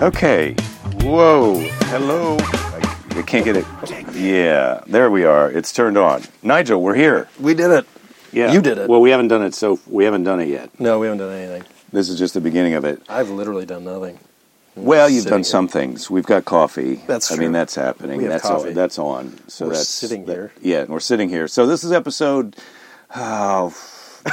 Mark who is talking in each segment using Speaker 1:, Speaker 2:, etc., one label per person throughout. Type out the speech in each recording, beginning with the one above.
Speaker 1: Okay. Whoa. Hello. I, I can't get it. Yeah. There we are. It's turned on. Nigel, we're here.
Speaker 2: We did it.
Speaker 1: Yeah.
Speaker 2: You did it.
Speaker 1: Well, we haven't done it, so we haven't done it yet.
Speaker 2: No, we haven't done anything.
Speaker 1: This is just the beginning of it.
Speaker 2: I've literally done nothing.
Speaker 1: Well, you've
Speaker 2: sitting
Speaker 1: done
Speaker 2: here.
Speaker 1: some things. We've got coffee.
Speaker 2: That's
Speaker 1: I mean,
Speaker 2: true.
Speaker 1: that's happening.
Speaker 2: We have
Speaker 1: that's
Speaker 2: coffee.
Speaker 1: On, that's on. So
Speaker 2: We're
Speaker 1: that's
Speaker 2: sitting
Speaker 1: that-
Speaker 2: here.
Speaker 1: Yeah, and we're sitting here. So this is episode. Oh,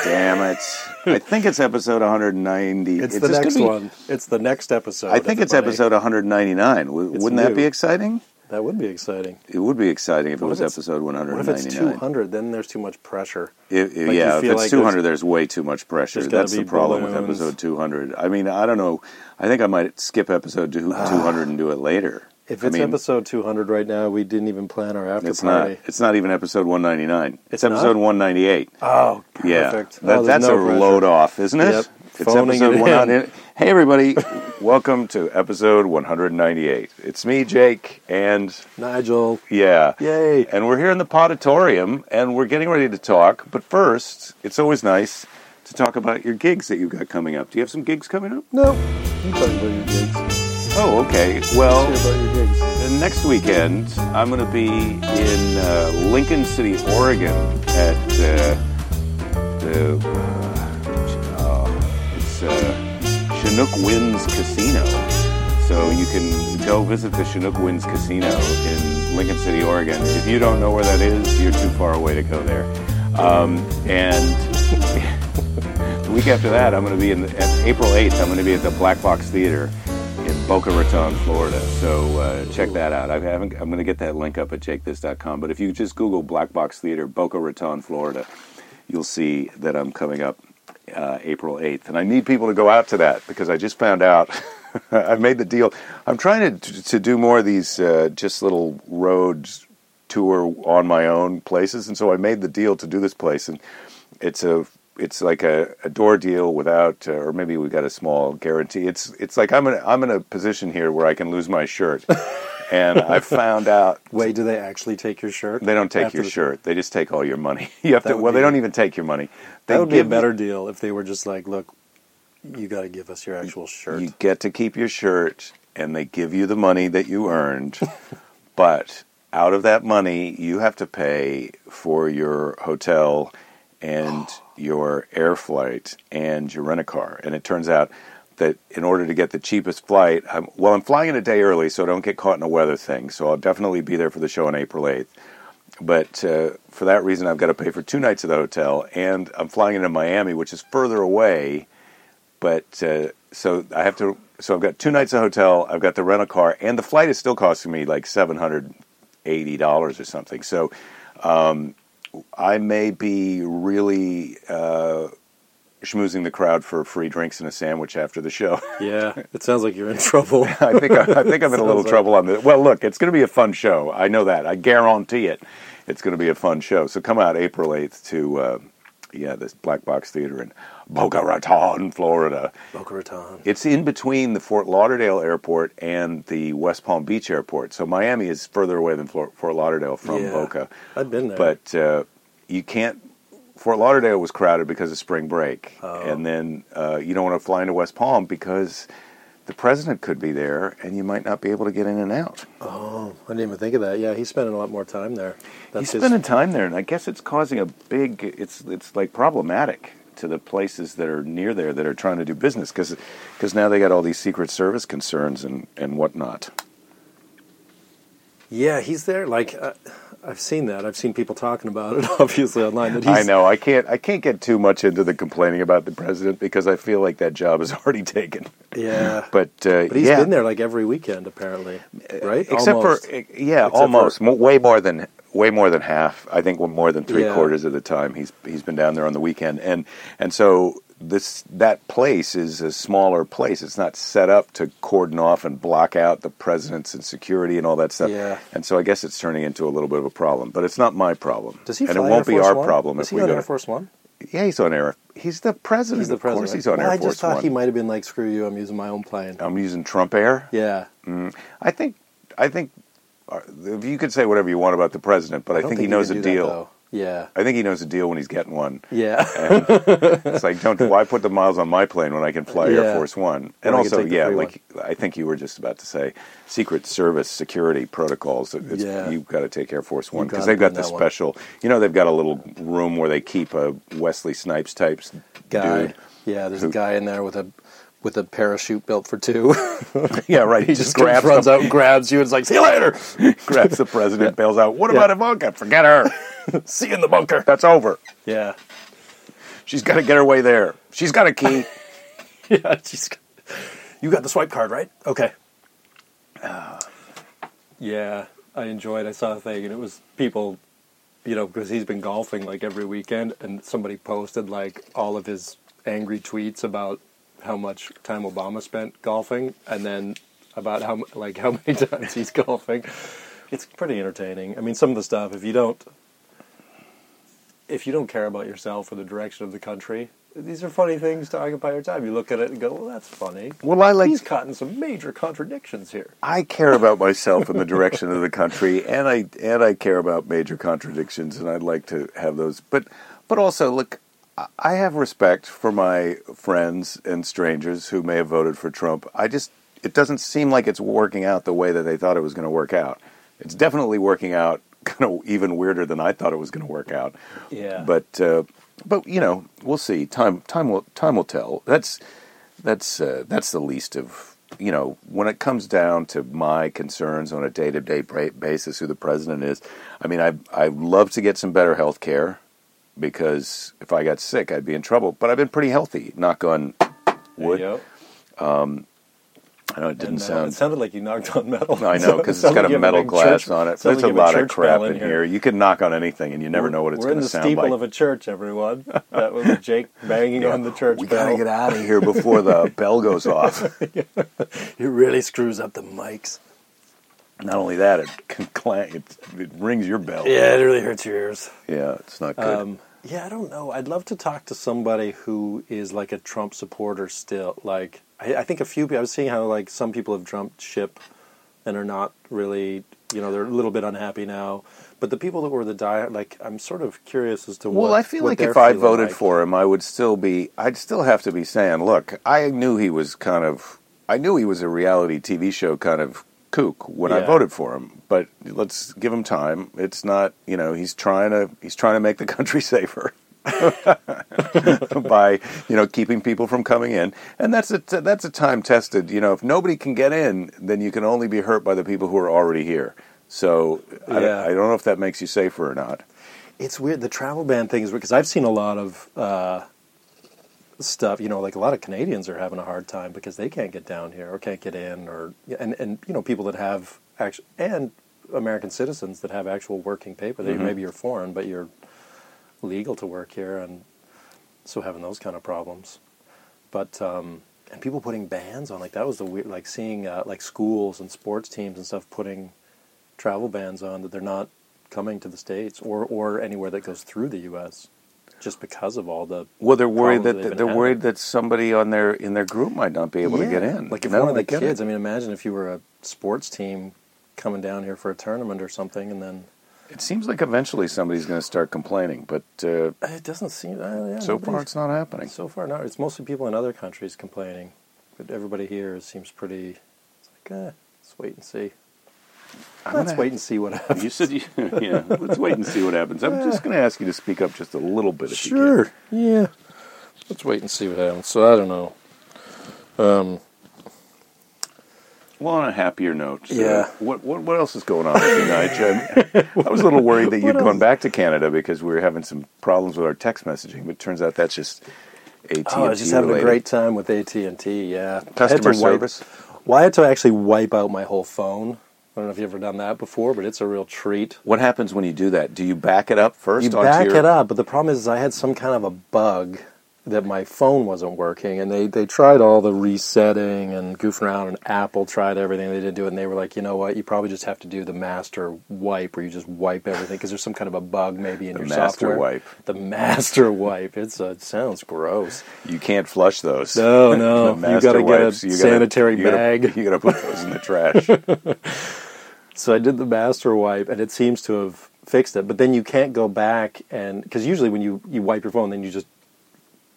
Speaker 1: damn it! I think it's episode 190.
Speaker 2: It's,
Speaker 1: It's
Speaker 2: the
Speaker 1: just
Speaker 2: next
Speaker 1: gonna be-
Speaker 2: one. It's the next episode.
Speaker 1: I think it's
Speaker 2: everybody.
Speaker 1: episode 199. W-
Speaker 2: It's
Speaker 1: Wouldn't that
Speaker 2: new.
Speaker 1: be exciting?
Speaker 2: That would be exciting.
Speaker 1: It would be exciting if it
Speaker 2: What
Speaker 1: was
Speaker 2: if it's-
Speaker 1: episode
Speaker 2: What
Speaker 1: 199.
Speaker 2: if it's 200? Then there's too much pressure.
Speaker 1: If- if-
Speaker 2: Like, you
Speaker 1: yeah, if
Speaker 2: feel
Speaker 1: it's
Speaker 2: like
Speaker 1: 200, there's way too much pressure.
Speaker 2: there's gotta
Speaker 1: That's the
Speaker 2: be
Speaker 1: problem with
Speaker 2: balloons.
Speaker 1: episode 200. I mean, I don't know. I think I might skip episode two- 200 and do it later.
Speaker 2: Ah. If
Speaker 1: I
Speaker 2: it's
Speaker 1: mean,
Speaker 2: episode 200 right now, we didn't even plan our after
Speaker 1: it's
Speaker 2: party.
Speaker 1: not. It's not even episode 199. It's,
Speaker 2: It's
Speaker 1: episode
Speaker 2: not?
Speaker 1: 198.
Speaker 2: Oh,
Speaker 1: Yeah,
Speaker 2: perfect. Oh,
Speaker 1: That-
Speaker 2: there's
Speaker 1: that's
Speaker 2: no
Speaker 1: a
Speaker 2: pressure.
Speaker 1: load off, isn't it?
Speaker 2: Yep.
Speaker 1: It's
Speaker 2: Phoning
Speaker 1: episode
Speaker 2: it in.
Speaker 1: 198. Hey, everybody, welcome to episode 198. It's me, Jake, and
Speaker 2: Nigel.
Speaker 1: yeah,
Speaker 2: Yay.
Speaker 1: and we're here in the potatorium, and we're getting ready to talk. But first, it's always nice to talk about your gigs that you've got coming up. Do you have some gigs coming up?
Speaker 2: No. You talk about your gigs. Let's
Speaker 1: Oh, okay. Well,
Speaker 2: hear about your gigs.
Speaker 1: And next weekend, I'm going to be in uh, Lincoln City, Oregon, at uh, the uh, uh, it's uh, Chinook Winds Casino. So you can go visit the Chinook Winds Casino in Lincoln City, Oregon. If you don't know where that is, you're too far away to go there. Um, and the week after that, I'm going to be in at April 8th. I'm going to be at the Black Box Theater in Boca Raton, Florida. So uh, check that out. I haven't, I'm going to get that link up at jakethis.com. But if you just Google Black Box Theater, Boca Raton, Florida, you'll see that I'm coming up uh, April 8th. And I need people to go out to that because I just found out. I've made the deal. I'm trying to to do more of these uh, just little road tour on my own places, and so I made the deal to do this place, and it's a it's like a, a door deal without, uh, or maybe we got a small guarantee. It's it's like I'm in a, I'm in a position here where I can lose my shirt, and I found out
Speaker 2: Wait, do they actually take your shirt?
Speaker 1: they don't take
Speaker 2: After
Speaker 1: your
Speaker 2: the-
Speaker 1: shirt; they just take all your money. You have
Speaker 2: That
Speaker 1: to.
Speaker 2: would
Speaker 1: Well, they
Speaker 2: be-
Speaker 1: don't even take your money. They
Speaker 2: That would be a
Speaker 1: give you-
Speaker 2: better deal if they were just like, look, you got to give us your actual shirt.
Speaker 1: You get to keep your shirt, and they give you the money that you earned. but out of that money, you have to pay for your hotel and your air flight and your rent a car. And it turns out that in order to get the cheapest flight, I'm, well, I'm flying in a day early, so I don't get caught in a weather thing. So I'll definitely be there for the show on April 8th. But uh, for that reason, I've got to pay for two nights at the hotel, and I'm flying into Miami, which is further away but uh, so I have to. So I've got two nights at hotel. I've got the rental car, and the flight is still costing me like seven hundred eighty dollars or something. So um, I may be really uh, schmoozing the crowd for free drinks and a sandwich after the show.
Speaker 2: Yeah, it sounds like you're in trouble.
Speaker 1: I think I, I think I'm in a little
Speaker 2: Sounds like-
Speaker 1: trouble on this. Well, look, it's going to be a fun show. I know that. I guarantee it. It's going to be a fun show. So come out April 8th to uh, yeah, this Black Box Theater in Boca Raton, Florida.
Speaker 2: Boca Raton.
Speaker 1: It's in between the Fort Lauderdale airport and the West Palm Beach airport. So Miami is further away than Fort, Fort Lauderdale from
Speaker 2: Yeah.
Speaker 1: Boca.
Speaker 2: I've been there.
Speaker 1: But uh, you can't. Fort Lauderdale was crowded because of spring break. And then uh, you don't want to fly into West Palm because the president could be there and you might not be able to get in and out.
Speaker 2: oh, I didn't even think of that. Yeah, he's spending a lot more time there. That's
Speaker 1: He's
Speaker 2: his,
Speaker 1: spending time there, and I guess it's causing a big. It's it's like problematic to the places that are near there that are trying to do business because now they got all these Secret Service concerns and and whatnot.
Speaker 2: yeah, he's there. Like uh, I've seen that. I've seen people talking about it, obviously online. That he's,
Speaker 1: I know I can't I can't get too much into the complaining about the president because I feel like that job is already taken.
Speaker 2: Yeah,
Speaker 1: But uh,
Speaker 2: but he's
Speaker 1: yeah, Uh,
Speaker 2: been there like every weekend apparently, right?
Speaker 1: except
Speaker 2: Almost.
Speaker 1: for yeah,
Speaker 2: Except
Speaker 1: almost
Speaker 2: for-
Speaker 1: Mo- way more than way more than half. I think more than three
Speaker 2: Yeah.
Speaker 1: quarters of the time he's he's been down there on the weekend, and and so this that place is a smaller place. It's not set up to cordon off and block out the presidents and security and all that stuff.
Speaker 2: Yeah.
Speaker 1: And so I guess it's turning into a little bit of a problem, but it's not my problem.
Speaker 2: Does he?
Speaker 1: and
Speaker 2: fly
Speaker 1: it won't
Speaker 2: Air
Speaker 1: be
Speaker 2: Force
Speaker 1: our
Speaker 2: One?
Speaker 1: problem
Speaker 2: Is
Speaker 1: if
Speaker 2: he
Speaker 1: we
Speaker 2: on
Speaker 1: go
Speaker 2: Air
Speaker 1: to-
Speaker 2: Force One.
Speaker 1: Yeah, he's on air. He's the president.
Speaker 2: He's the
Speaker 1: of
Speaker 2: president.
Speaker 1: course, he's on
Speaker 2: well,
Speaker 1: Air
Speaker 2: I
Speaker 1: Force
Speaker 2: just thought
Speaker 1: One.
Speaker 2: he might have been like, "Screw you! I'm using my own plane."
Speaker 1: I'm using Trump Air.
Speaker 2: Yeah,
Speaker 1: I think I think uh, if you could say whatever you want about the president, but I,
Speaker 2: don't
Speaker 1: think he
Speaker 2: you
Speaker 1: knows
Speaker 2: can
Speaker 1: a
Speaker 2: do that,
Speaker 1: deal.
Speaker 2: though. Yeah.
Speaker 1: I think he knows a deal when he's getting one.
Speaker 2: Yeah.
Speaker 1: And it's like, don't why put the miles on my plane when I can fly Air
Speaker 2: Yeah.
Speaker 1: Force One?
Speaker 2: When
Speaker 1: And
Speaker 2: I can
Speaker 1: also,
Speaker 2: take the
Speaker 1: yeah,
Speaker 2: free
Speaker 1: like I think you were just about to say, Secret Service security protocols. that It's,
Speaker 2: Yeah.
Speaker 1: you've got to take Air Force One because
Speaker 2: gotta
Speaker 1: they've
Speaker 2: be
Speaker 1: got
Speaker 2: in
Speaker 1: the
Speaker 2: that one.
Speaker 1: special. You know, they've got a little room where they keep a Wesley Snipes type
Speaker 2: Guy.
Speaker 1: dude.
Speaker 2: Yeah, there's a
Speaker 1: who-
Speaker 2: guy in there with a with a parachute built for two.
Speaker 1: Yeah, right.
Speaker 2: he just grabs, runs
Speaker 1: the,
Speaker 2: out and grabs you and is like, see you later.
Speaker 1: grabs the president, bails out. What
Speaker 2: Yeah.
Speaker 1: about Ivanka? Forget her.
Speaker 2: see you in the bunker.
Speaker 1: That's over.
Speaker 2: Yeah.
Speaker 1: She's got to get her way there. She's got a key.
Speaker 2: Yeah. Just, you got the swipe card, right? Okay. yeah, I enjoyed. I saw a thing, and it was people, you know, because he's been golfing like every weekend, and somebody posted like all of his angry tweets about how much time Obama spent golfing, and then about how m- like how many times he's golfing. It's pretty entertaining. I mean, some of the stuff if you don't if you don't care about yourself or the direction of the country, these are funny things to occupy your time. You look at it and go, "Well, that's funny."
Speaker 1: Well, I like
Speaker 2: He's caught in some major contradictions here.
Speaker 1: I care about myself and the direction of the country, and I and I care about major contradictions, and I'd like to have those. But but also, look, I- I have respect for my friends and strangers who may have voted for Trump. I just it doesn't seem like it's working out the way that they thought it was going to work out. It's definitely working out kind of even weirder than I thought it was going to work out.
Speaker 2: Yeah.
Speaker 1: But uh, but you know, we'll see. Time time will time will tell. That's that's uh, that's the least of you know when it comes down to my concerns on a day to day basis who the president is. I mean, I I love to get some better health care because if I got sick, I'd be in trouble. But I've been pretty healthy. Knock on wood.
Speaker 2: Yep.
Speaker 1: I know it didn't
Speaker 2: And, uh,
Speaker 1: sound.
Speaker 2: it sounded like you knocked on metal.
Speaker 1: I know because it's got a metal glass on it. There's a lot of crap in here. You could knock on anything, and you never know what it's
Speaker 2: We're in
Speaker 1: going
Speaker 2: the
Speaker 1: to sound
Speaker 2: steeple
Speaker 1: like.
Speaker 2: of a church, everyone. That was Jake banging on the church
Speaker 1: we gotta
Speaker 2: bell.
Speaker 1: get out of here before the bell goes off.
Speaker 2: It really screws up the mics.
Speaker 1: Not only that, it can clang, it, it rings your bell.
Speaker 2: Yeah, it really hurts your ears.
Speaker 1: Yeah, it's not good.
Speaker 2: Um, yeah, I don't know. I'd love to talk to somebody who is like a Trump supporter still. Like, I, I think a few. pe- I was seeing how like some people have jumped ship and are not really, you know, they're a little bit unhappy now. But the people that were the die, like, I'm sort of curious as to what.
Speaker 1: well, I feel
Speaker 2: what
Speaker 1: like
Speaker 2: they're
Speaker 1: if I
Speaker 2: feeling
Speaker 1: voted
Speaker 2: like.
Speaker 1: for him, I would still be. I'd still have to be saying, "Look, I knew he was kind of. I knew he was a reality TV show kind of kook when I
Speaker 2: Yeah.
Speaker 1: voted for him. But let's give him time. It's not. You know, he's trying to. He's trying to make the country safer." by you know keeping people from coming in and that's a that's a time tested you know if nobody can get in then you can only be hurt by the people who are already here so I,
Speaker 2: Yeah.
Speaker 1: I don't know if that makes you safer or not
Speaker 2: It's weird. The travel ban thing is because I've seen a lot of uh, stuff. You know, like a lot of Canadians are having a hard time because they can't get down here or can't get in, or and and you know people that have actual and American citizens that have actual working paper. They, Maybe you're foreign, but you're legal to work here, and so having those kind of problems. But um, and people putting bans on like that was the weird. Like seeing uh, like schools and sports teams and stuff putting travel bans on that they're not coming to the states or or anywhere that goes through the U.S. just because of all the
Speaker 1: Well, they're worried
Speaker 2: problems
Speaker 1: that
Speaker 2: they've been
Speaker 1: they're
Speaker 2: having.
Speaker 1: worried that somebody on their in their group might not be able to get
Speaker 2: Yeah.
Speaker 1: in.
Speaker 2: Like if
Speaker 1: No,
Speaker 2: one of
Speaker 1: they
Speaker 2: the
Speaker 1: get
Speaker 2: kids,
Speaker 1: it.
Speaker 2: I mean, imagine if you were a sports team coming down here for a tournament or something, and then
Speaker 1: it seems like eventually somebody's going to start complaining, but uh,
Speaker 2: it doesn't seem. Uh, yeah,
Speaker 1: so far
Speaker 2: nobody's-
Speaker 1: it's not happening.
Speaker 2: So far, not. It's mostly people in other countries complaining, but everybody here seems pretty. It's like, eh, let's wait and see.
Speaker 1: I'm
Speaker 2: let's
Speaker 1: gonna-
Speaker 2: wait and see what happens.
Speaker 1: You said, you, yeah. Let's wait and see what happens. I'm just going to ask you to speak up just a little bit. If You can.
Speaker 2: Yeah. Let's wait and see what happens. So I don't know. Um,
Speaker 1: Well, on a happier note. so
Speaker 2: Yeah.
Speaker 1: What, what what else is going on with you, Nigel? I was a little worried that you'd gone back to Canada because we were having some problems with our text messaging, but it turns out that's just AT&T
Speaker 2: Oh, I was just having
Speaker 1: related.
Speaker 2: a great time with AT and T. Yeah, I had
Speaker 1: Customer
Speaker 2: to wipe-
Speaker 1: service?
Speaker 2: Well, I had to actually wipe out my whole phone. I don't know if you've ever done that before, but it's a real treat.
Speaker 1: What happens when you do that? Do you back it up first?
Speaker 2: You
Speaker 1: onto
Speaker 2: back
Speaker 1: your-
Speaker 2: it up, but the problem is, is I had some kind of a bug that my phone wasn't working, and they, they tried all the resetting and goofing around, and Apple tried everything. They didn't do it, and they were like, you know what? You probably just have to do the master wipe, where you just wipe everything, because there's some kind of a bug maybe in
Speaker 1: The
Speaker 2: your
Speaker 1: master
Speaker 2: software.
Speaker 1: wipe.
Speaker 2: The master wipe. It's a, it sounds gross.
Speaker 1: You can't flush those.
Speaker 2: No, no.
Speaker 1: The
Speaker 2: you got
Speaker 1: master
Speaker 2: to get a
Speaker 1: wipes, you gotta-
Speaker 2: sanitary
Speaker 1: you gotta-
Speaker 2: bag.
Speaker 1: you got to put those in the trash.
Speaker 2: So I did the master wipe, and it seems to have fixed it. But then you can't go back and because usually when you, you wipe your phone, then you just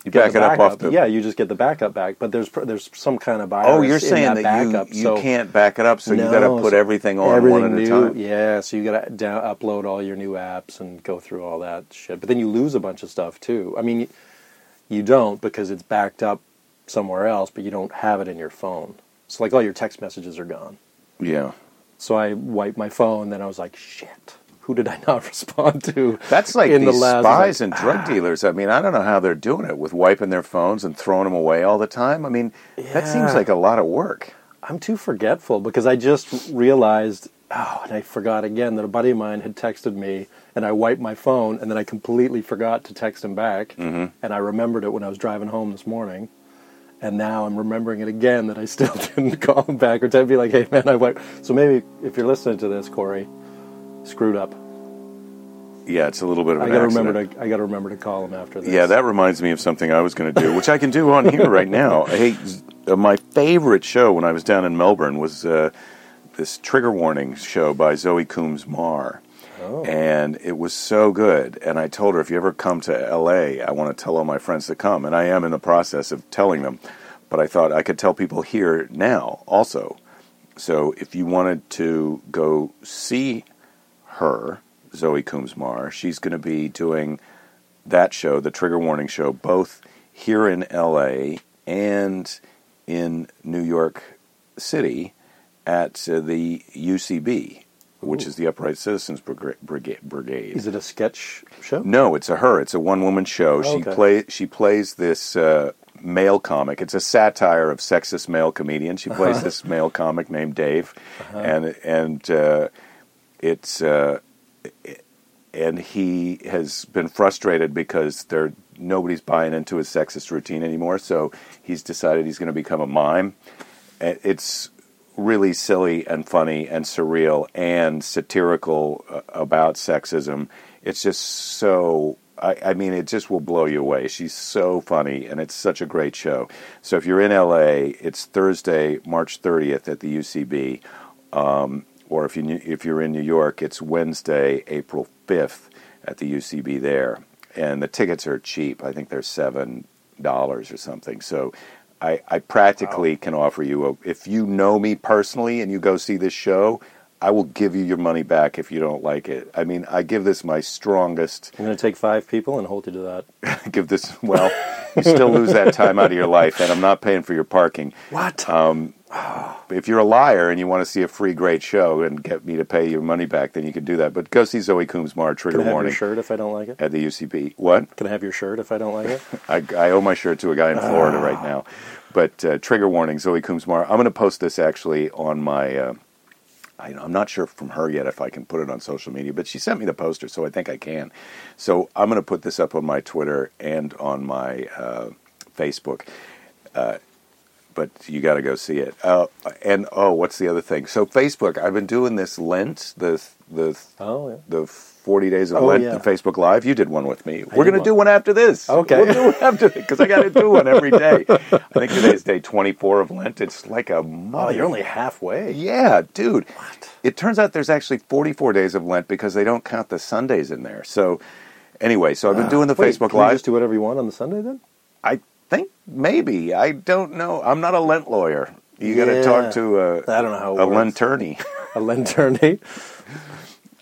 Speaker 1: You
Speaker 2: get
Speaker 1: back
Speaker 2: the
Speaker 1: it up off
Speaker 2: backup.
Speaker 1: the.
Speaker 2: Yeah, you just get the backup back. But there's pr- there's some kind of virus.
Speaker 1: Oh, you're
Speaker 2: in
Speaker 1: saying that,
Speaker 2: that, backup,
Speaker 1: you, you
Speaker 2: so
Speaker 1: can't back it up, so you
Speaker 2: No,
Speaker 1: got to put
Speaker 2: so
Speaker 1: everything on
Speaker 2: everything
Speaker 1: one at
Speaker 2: new,
Speaker 1: a time.
Speaker 2: Yeah, so you got to down, upload all your new apps and go through all that shit. But then you lose a bunch of stuff too. I mean, you don't because it's backed up somewhere else, but you don't have it in your phone. So like all your text messages are gone.
Speaker 1: yeah.
Speaker 2: So I wiped my phone, then I was like, shit, who did I not respond to?
Speaker 1: That's like
Speaker 2: in the Ah.
Speaker 1: these
Speaker 2: last-
Speaker 1: spies
Speaker 2: like,
Speaker 1: and drug dealers. I mean, I don't know how they're doing it with wiping their phones and throwing them away all the time. I mean, that seems
Speaker 2: Yeah.
Speaker 1: like a lot of work.
Speaker 2: I'm too forgetful because I just realized, oh, and I forgot again that a buddy of mine had texted me, and I wiped my phone, and then I completely forgot to text him back,
Speaker 1: Mm-hmm.
Speaker 2: and I remembered it when I was driving home this morning, and now I'm remembering it again that I still didn't call him back or to be like, hey man, I wiped. So maybe if you're listening to this, Corey, screwed up.
Speaker 1: Yeah, it's a little bit of
Speaker 2: I
Speaker 1: an
Speaker 2: gotta
Speaker 1: accident.
Speaker 2: remember to I gotta remember to call him after this.
Speaker 1: Yeah, that reminds me of something I was going to do, which I can do on here right now. Hey, z- uh, my favorite show when I was down in Melbourne was uh, this Trigger Warning show by Zoe Coombs Marr.
Speaker 2: Oh.
Speaker 1: And it was so good. And I told her, if you ever come to LA, I want to tell all my friends to come. And I am in the process of telling them. But I thought I could tell people here now also. So if you wanted to go see her, Zoe Coombs Marr, she's going to be doing that show, the Trigger Warning Show, both here in LA and in New York City at uh, the UCB, which is the Upright Citizens Brigade. Brigade.
Speaker 2: Is it a sketch show?
Speaker 1: No, it's a her. It's a one-woman show. She
Speaker 2: Okay.
Speaker 1: play she plays this uh, male comic. It's a satire of sexist male comedian. She plays this male comic named Dave, and and uh, it's uh, and he has been frustrated because there nobody's buying into his sexist routine anymore. So he's decided he's going to become a mime. Uh, It's really silly and funny and surreal and satirical uh, about sexism. It's just so. I, I mean, it just will blow you away. She's so funny, and it's such a great show. So if you're in LA, it's Thursday, March 30th at the UCB or if you knew- if you're in New York, it's Wednesday, April 5th at the UCB there, and the tickets are cheap. I think they're seven dollars or something. So. I, I practically can offer you a, if you know me personally and you go see this show, I will give you your money back if you don't like it. I mean, I give this my strongest
Speaker 2: I'm gonna take five people and hold you to that.
Speaker 1: give this well you still lose that time out of your life and i'm not paying for your parking
Speaker 2: What?
Speaker 1: um, if you're a liar and you want to see a free great show and get me to pay your money back then you can do that but go see zoe coombs mar
Speaker 2: Can
Speaker 1: trigger
Speaker 2: I have
Speaker 1: warning
Speaker 2: your shirt if I don't like it?
Speaker 1: at the ucb what
Speaker 2: Can I have your shirt if I don't like it?
Speaker 1: I, I owe my shirt to a guy in Florida right now. But uh, trigger warning, Zoe Coombs-Mar. I'm going to post this actually on my. Uh, I, I'm not sure from her yet if I can put it on social media, but she sent me the poster, so I think I can. So I'm going to put this up on my Twitter and on my uh, Facebook. Uh, but you got to go see it. Uh, and oh, what's the other thing? So Facebook, I've been doing this Lent, the the
Speaker 2: Oh yeah.
Speaker 1: the 40 days of
Speaker 2: Oh,
Speaker 1: Lent
Speaker 2: yeah.
Speaker 1: and Facebook Live. You did one with me. We're going
Speaker 2: did
Speaker 1: to
Speaker 2: one.
Speaker 1: do one after this.
Speaker 2: Okay.
Speaker 1: We'll do one after because I got to do one every day. I think today's day 24 of Lent. It's like a
Speaker 2: Oh,
Speaker 1: mother.
Speaker 2: you're only halfway.
Speaker 1: Yeah, dude.
Speaker 2: What?
Speaker 1: It turns out there's actually 44 days of Lent because they don't count the Sundays in there. So, anyway, so I've been doing the
Speaker 2: Ah. Wait,
Speaker 1: Facebook
Speaker 2: can
Speaker 1: Live.
Speaker 2: You just do whatever you want on the Sunday then.
Speaker 1: I think maybe. I don't know. I'm not a Lent lawyer. You got to
Speaker 2: Yeah.
Speaker 1: talk to a,
Speaker 2: I don't know how it
Speaker 1: a
Speaker 2: works.
Speaker 1: Lenterney.
Speaker 2: a lanternate.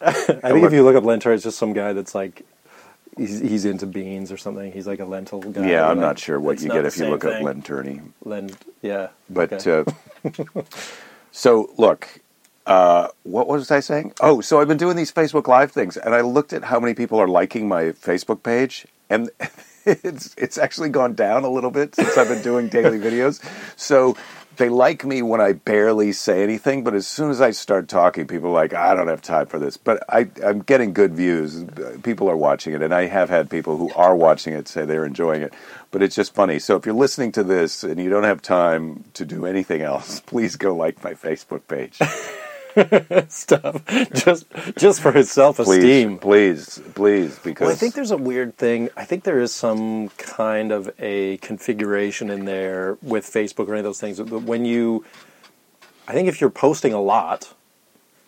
Speaker 2: I think if you look up lantern, it's just some guy that's like he's, he's into beans or something. He's like a lentil guy.
Speaker 1: yeah, I'm
Speaker 2: like,
Speaker 1: not sure what
Speaker 2: it's
Speaker 1: you
Speaker 2: not
Speaker 1: get
Speaker 2: the
Speaker 1: if you
Speaker 2: same
Speaker 1: look
Speaker 2: thing.
Speaker 1: up Lenterney.
Speaker 2: Lent. Yeah.
Speaker 1: But
Speaker 2: okay.
Speaker 1: uh, so look, uh, what was I saying? Oh, so I've been doing these Facebook Live things, and I looked at how many people are liking my Facebook page, and it's it's actually gone down a little bit since I've been doing daily videos. So. They like me when I barely say anything, but as soon as I start talking, people are like, I don't have time for this. But I, I'm getting good views. People are watching it, and I have had people who are watching it say they're enjoying it. But it's just funny. So if you're listening to this and you don't have time to do anything else, please go like my Facebook page.
Speaker 2: stuff just just for his self esteem.
Speaker 1: Please, please, because
Speaker 2: Well, I think there's a weird thing. I think there is some kind of a configuration in there with Facebook or any of those things. But when you, I think if you're posting a lot,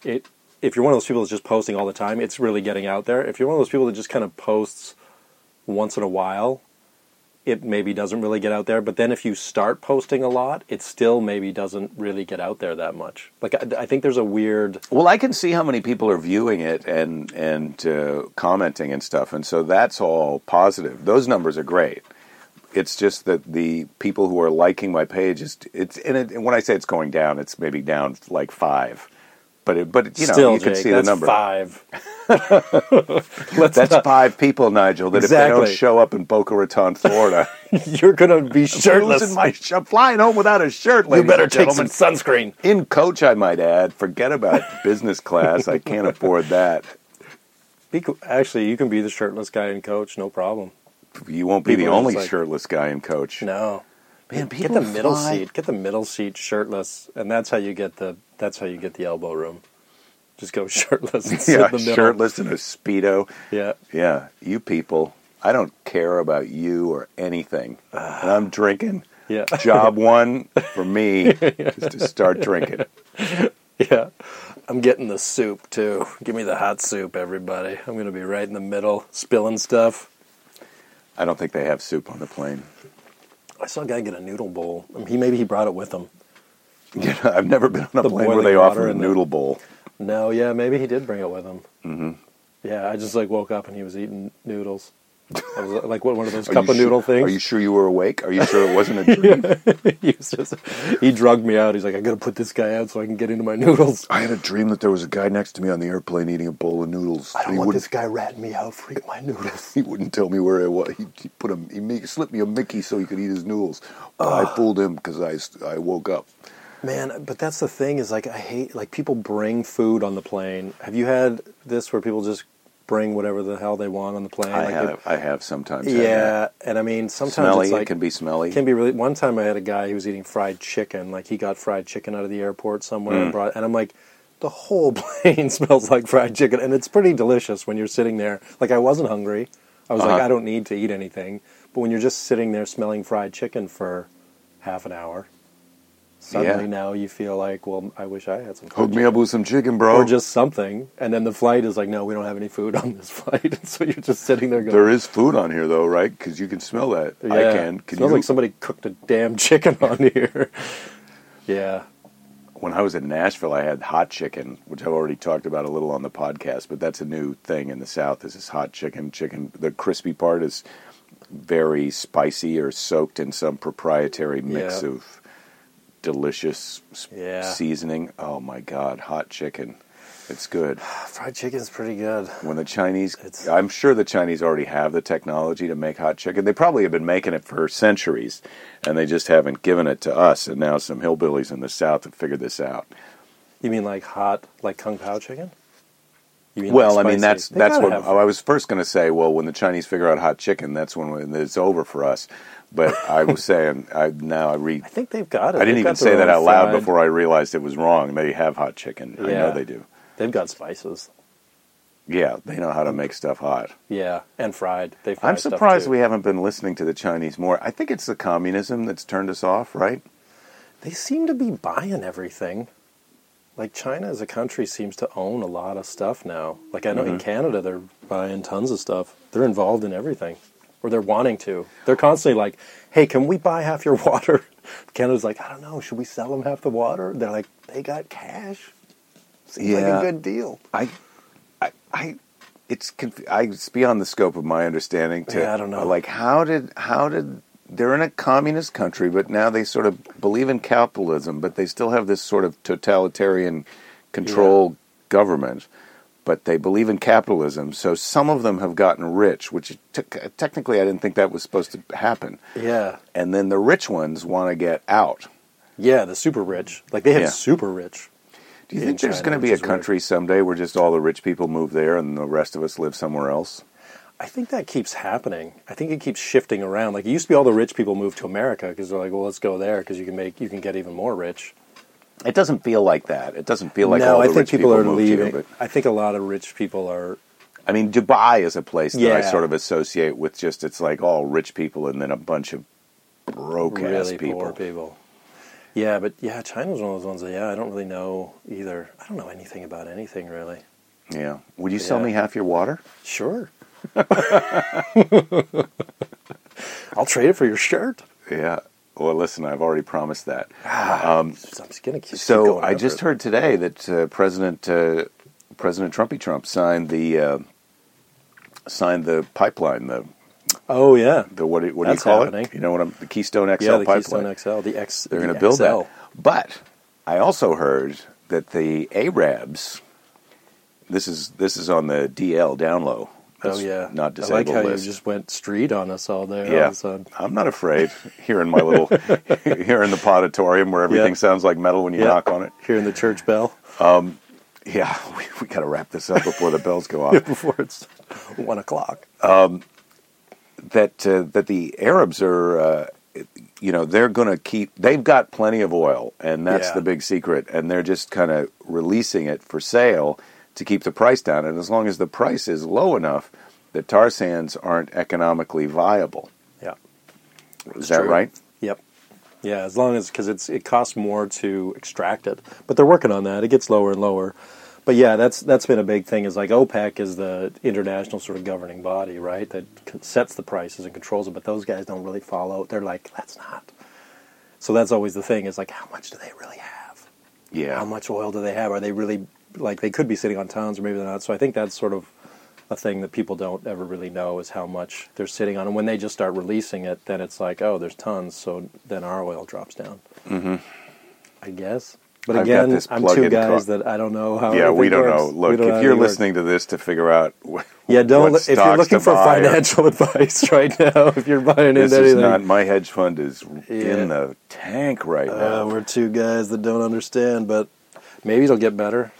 Speaker 2: it if you're one of those people that's just posting all the time, it's really getting out there. If you're one of those people that just kind of posts once in a while, it maybe doesn't really get out there. But then if you start posting a lot, it still maybe doesn't really get out there that much. Like I, I think there's a weird.
Speaker 1: Well, I can see how many people are viewing it and and uh, commenting and stuff, and so that's all positive. Those numbers are great. It's just that the people who are liking my page is it's and, it, and when I say it's going down, it's maybe down like five, but it, but you know
Speaker 2: still,
Speaker 1: you can
Speaker 2: Jake,
Speaker 1: see
Speaker 2: that's
Speaker 1: the number.
Speaker 2: five. Let's
Speaker 1: That's
Speaker 2: not-
Speaker 1: five people, Nigel. That if they
Speaker 2: Exactly.
Speaker 1: don't show up in Boca Raton, Florida,
Speaker 2: You're gonna be
Speaker 1: I'm
Speaker 2: shirtless.
Speaker 1: losing my sh- I'm flying home without a shirt.
Speaker 2: you
Speaker 1: ladies
Speaker 2: better
Speaker 1: and
Speaker 2: take
Speaker 1: gentlemen.
Speaker 2: some sunscreen.
Speaker 1: in coach, I might add. Forget about business class. I can't afford that.
Speaker 2: Be co- Actually, you can be the shirtless guy and coach, no problem.
Speaker 1: You won't be
Speaker 2: People
Speaker 1: the
Speaker 2: are
Speaker 1: only
Speaker 2: just like-
Speaker 1: shirtless guy in coach.
Speaker 2: No,
Speaker 1: Man, people
Speaker 2: get the middle
Speaker 1: fly.
Speaker 2: seat. Get the middle seat shirtless, and that's how you get the that's how you get the elbow room. Just go shirtless and sit
Speaker 1: Yeah,
Speaker 2: in the middle.
Speaker 1: shirtless and a speedo.
Speaker 2: Yeah,
Speaker 1: Yeah, you people. I don't care about you or anything. and I'm drinking.
Speaker 2: yeah,
Speaker 1: Job one for me is to start drinking.
Speaker 2: yeah. I'm getting the soup too. Give me the hot soup, everybody. I'm gonna be right in the middle, spilling stuff.
Speaker 1: I don't think they have soup on the plane.
Speaker 2: I saw a guy get a noodle bowl. I mean, he maybe he brought it with him.
Speaker 1: You know, I've never been on a
Speaker 2: The
Speaker 1: plane where
Speaker 2: boiling
Speaker 1: they
Speaker 2: water
Speaker 1: offer a
Speaker 2: and the-
Speaker 1: noodle bowl.
Speaker 2: No, yeah, maybe he did bring it with him. Mm-hmm. Yeah, I just like woke up and he was eating noodles. I was like, what one of those
Speaker 1: Are
Speaker 2: cup
Speaker 1: you
Speaker 2: of
Speaker 1: su-
Speaker 2: noodle
Speaker 1: Are
Speaker 2: things?
Speaker 1: you sure you were awake? Are you sure it wasn't a dream?
Speaker 2: he was just, he drugged me out. He's like, I gotta put this guy out so I can get into my noodles.
Speaker 1: I had a dream that there was a guy next to me on the airplane eating a bowl of noodles.
Speaker 2: I don't
Speaker 1: he
Speaker 2: want
Speaker 1: wouldn't,
Speaker 2: this guy ratting me out. Freak my noodles.
Speaker 1: He wouldn't tell me where I was. He, he put a, he make, slipped me a Mickey so he could eat his noodles. But I fooled him because I, s- I woke up.
Speaker 2: Man, but that's the thing is like I hate like people bring food on the plane. Have you had this where people just bring whatever the hell they want on the plane?
Speaker 1: I
Speaker 2: Like,
Speaker 1: have I have sometimes.
Speaker 2: it-
Speaker 1: had
Speaker 2: yeah, and I mean
Speaker 1: that.
Speaker 2: sometimes
Speaker 1: smelly.
Speaker 2: it's
Speaker 1: it
Speaker 2: like
Speaker 1: can be smelly.
Speaker 2: It can be really. One time, I had a guy who was eating fried chicken. Like he got fried chicken out of the airport somewhere,
Speaker 1: Mm.
Speaker 2: and, brought, and I'm like, the whole plane smells like fried chicken, and it's pretty delicious when you're sitting there. Like I wasn't hungry. I was like,
Speaker 1: Uh-huh.
Speaker 2: I don't need to eat anything. But when you're just sitting there smelling fried chicken for half an hour, suddenly
Speaker 1: Yeah.
Speaker 2: now you feel like, well, I wish I had some.
Speaker 1: Hook
Speaker 2: Fried
Speaker 1: me up with some chicken, bro.
Speaker 2: or just something, and then the flight is like, no, we don't have any food on this flight, and so you're just sitting there going.
Speaker 1: there is food on here though, right? Because you can smell that. I can. Can
Speaker 2: Smells
Speaker 1: you?
Speaker 2: like somebody cooked a damn chicken on here. yeah.
Speaker 1: when I was in Nashville, I had hot chicken, which I've already talked about a little on the podcast, but that's a new thing in the South. Is this hot chicken? Chicken, the crispy part is very spicy or soaked in some proprietary mix
Speaker 2: Yeah.
Speaker 1: of delicious s-
Speaker 2: Yeah.
Speaker 1: seasoning. Oh my God, hot chicken! It's good.
Speaker 2: Ah, Fried chicken's pretty good.
Speaker 1: When the Chinese,
Speaker 2: It's-
Speaker 1: I'm sure the Chinese already have the technology to make hot chicken. They probably have been making it for centuries, and they just haven't given it to us. And now some hillbillies in the South have figured this out.
Speaker 2: You mean like hot, like kung pao chicken? You mean
Speaker 1: Well,
Speaker 2: like
Speaker 1: I mean
Speaker 2: spicy?
Speaker 1: that's
Speaker 2: They
Speaker 1: that's
Speaker 2: gotta
Speaker 1: what
Speaker 2: have-
Speaker 1: I was first going to say. Well, when the Chinese figure out hot chicken, that's when, when it's over for us. But I was saying, I now I read.
Speaker 2: I think they've got it.
Speaker 1: I didn't
Speaker 2: They've
Speaker 1: even
Speaker 2: got their
Speaker 1: say that
Speaker 2: own
Speaker 1: out loud
Speaker 2: fried-
Speaker 1: before I realized it was wrong. They have hot chicken. I
Speaker 2: Yeah.
Speaker 1: know they do.
Speaker 2: They've got spices.
Speaker 1: Yeah, they know
Speaker 2: Mm.
Speaker 1: how to make stuff hot.
Speaker 2: Yeah, and fried. They. Fry
Speaker 1: I'm
Speaker 2: stuff,
Speaker 1: surprised
Speaker 2: too.
Speaker 1: we haven't been listening to the Chinese more. I think it's the communism that's turned us off, right?
Speaker 2: They seem to be buying everything. Like China as a country seems to own a lot of stuff now. Like I know
Speaker 1: Mm-hmm.
Speaker 2: in Canada they're buying tons of stuff. They're involved in everything, or they're wanting to. They're constantly like, "Hey, can we buy half your water?" Canada's like, "I don't know. Should we sell them half the water?" They're like, "They got cash. Seems
Speaker 1: Yeah.
Speaker 2: like a good deal."
Speaker 1: I, I, I it's conf- I, it's beyond the scope of my understanding. To
Speaker 2: Yeah, I don't know.
Speaker 1: Like, how did how did they're in a communist country, but now they sort of believe in capitalism, but they still have this sort of totalitarian control government. But they believe in capitalism, so some of them have gotten rich, which t- technically I didn't think that was supposed to happen.
Speaker 2: Yeah,
Speaker 1: And then the rich ones want to get out.
Speaker 2: yeah. The super rich, like they have
Speaker 1: Yeah.
Speaker 2: super rich.
Speaker 1: Do you
Speaker 2: in
Speaker 1: think there's
Speaker 2: China,
Speaker 1: going to be
Speaker 2: which
Speaker 1: a
Speaker 2: is weird.
Speaker 1: country someday where just all the rich people move there and the rest of us live somewhere else?
Speaker 2: I think that keeps happening. I think it keeps shifting around. Like it used to be, all the rich people moved to America because they're like, "Well, let's go there because you can make you can get even more rich."
Speaker 1: It doesn't feel like that. It doesn't feel like
Speaker 2: no,
Speaker 1: all the
Speaker 2: I think
Speaker 1: rich
Speaker 2: people, are
Speaker 1: moved
Speaker 2: leaving.
Speaker 1: Here,
Speaker 2: I think a lot of rich people are.
Speaker 1: but, I mean, Dubai is a place that I
Speaker 2: Yeah.
Speaker 1: sort of associate with just it's like all rich people and then a bunch of broke ass
Speaker 2: really
Speaker 1: people.
Speaker 2: poor people. Yeah, but yeah, China was one of those ones that yeah, I don't really know either. I don't know anything about anything really.
Speaker 1: Yeah. Would you sell
Speaker 2: Yeah.
Speaker 1: me half your water?
Speaker 2: Sure. I'll trade it for your shirt.
Speaker 1: Yeah. Well, listen, I've already promised that.
Speaker 2: Um, I'm just gonna keep. keep
Speaker 1: So
Speaker 2: going
Speaker 1: I
Speaker 2: after
Speaker 1: just
Speaker 2: it.
Speaker 1: heard today that uh, President uh, President Trumpy Trump signed the uh, signed the pipeline the
Speaker 2: Oh yeah,
Speaker 1: the what do, what do you
Speaker 2: That's
Speaker 1: call
Speaker 2: happening.
Speaker 1: it? You know what I'm the Keystone XL
Speaker 2: yeah, the
Speaker 1: pipeline.
Speaker 2: Keystone XL, the X.
Speaker 1: They're
Speaker 2: the
Speaker 1: going to build
Speaker 2: XL.
Speaker 1: that. But I also heard that the Arabs. This is this is on the DL down low.
Speaker 2: Oh
Speaker 1: It's
Speaker 2: yeah,
Speaker 1: not
Speaker 2: I like
Speaker 1: disabled
Speaker 2: how
Speaker 1: list.
Speaker 2: you just went street on us all there. All
Speaker 1: yeah,
Speaker 2: of a sudden.
Speaker 1: I'm not afraid. Here in my little, here in the potatorium where everything sounds like metal when you
Speaker 2: Yeah.
Speaker 1: knock on it.
Speaker 2: Hearing the church bell
Speaker 1: Yeah, we, we got to wrap this up before the bells go off.
Speaker 2: before it's one o'clock.
Speaker 1: that uh, that the Arabs are, uh, you know, they're going to keep. They've got plenty of oil, and that's
Speaker 2: Yeah.
Speaker 1: the big secret. And they're just kind of releasing it for sale to keep the price down. And as long as the price is low enough, the tar sands aren't economically viable.
Speaker 2: Yeah.
Speaker 1: Is that
Speaker 2: true.
Speaker 1: right?
Speaker 2: Yep. Yeah, as long as because it's it costs more to extract it, but they're working on that. It gets lower and lower, but yeah, that's that's been a big thing. Is like OPEC is the international sort of governing body, right? That c- sets the prices and controls it. But those guys don't really follow. They're like, let's not. So that's always the thing. Is like, how much do they really have?
Speaker 1: Yeah.
Speaker 2: How much oil do they have? Are they really like they could be sitting on tons, or maybe they're not? So I think that's sort of a thing that people don't ever really know is how much they're sitting on. And when they just start releasing it, then it's like, oh, there's tons. So then our oil drops down. Mm-hmm. I guess. But
Speaker 1: I've got
Speaker 2: again,
Speaker 1: this
Speaker 2: I'm two
Speaker 1: plug-in
Speaker 2: guys
Speaker 1: car-
Speaker 2: that I don't know how.
Speaker 1: yeah, we
Speaker 2: anything
Speaker 1: don't
Speaker 2: works.
Speaker 1: know.
Speaker 2: We
Speaker 1: Look,
Speaker 2: don't know how
Speaker 1: if you're
Speaker 2: anything works.
Speaker 1: listening to this to figure out, wh-
Speaker 2: yeah,
Speaker 1: what
Speaker 2: don't. li- if you're
Speaker 1: stocks
Speaker 2: looking
Speaker 1: to
Speaker 2: for
Speaker 1: buy or-
Speaker 2: financial advice right now, if you're buying
Speaker 1: this
Speaker 2: into
Speaker 1: is
Speaker 2: anything,
Speaker 1: not my hedge fund is
Speaker 2: Yeah.
Speaker 1: in the tank right
Speaker 2: Uh,
Speaker 1: now.
Speaker 2: we're two guys that don't understand, but maybe it'll get better.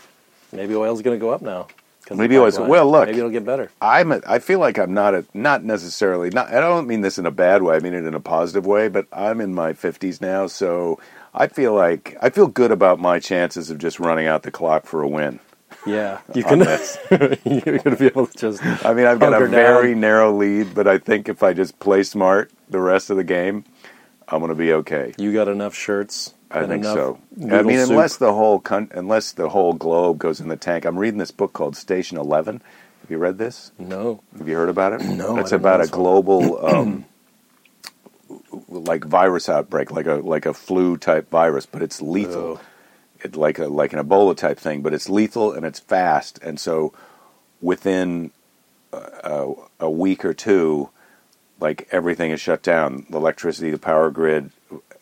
Speaker 2: Maybe oil's going to go up now. 'cause of
Speaker 1: Maybe oil's-
Speaker 2: pipeline.
Speaker 1: well, look.
Speaker 2: Maybe it'll get better.
Speaker 1: I'm a, I feel like I'm not a, not necessarily not I don't mean this in a bad way I mean it in a positive way but I'm in my 50s now so I feel like I feel good about my chances of just running out the clock for a win.
Speaker 2: Yeah, you can.
Speaker 1: this.
Speaker 2: you're going to be able to just.
Speaker 1: I mean I've got
Speaker 2: Hunker
Speaker 1: a
Speaker 2: down.
Speaker 1: very narrow lead but I think if I just play smart the rest of the game I'm going to be okay.
Speaker 2: You got enough shirts.
Speaker 1: I
Speaker 2: and
Speaker 1: think
Speaker 2: enough
Speaker 1: so. I
Speaker 2: noodle
Speaker 1: mean
Speaker 2: soup.
Speaker 1: unless the whole con- unless the whole globe goes in the tank. I'm reading this book called Station 11. Have you read this?
Speaker 2: no.
Speaker 1: Have you heard about it?
Speaker 2: No,
Speaker 1: It's
Speaker 2: I don't know
Speaker 1: about a
Speaker 2: this one.
Speaker 1: global, um, like virus outbreak, like a like a flu type virus, but it's lethal.
Speaker 2: Oh.
Speaker 1: It, like a like an Ebola type thing, but it's lethal and it's fast, and so within a, a, a week or two, like everything is shut down. The electricity, the power grid, eh,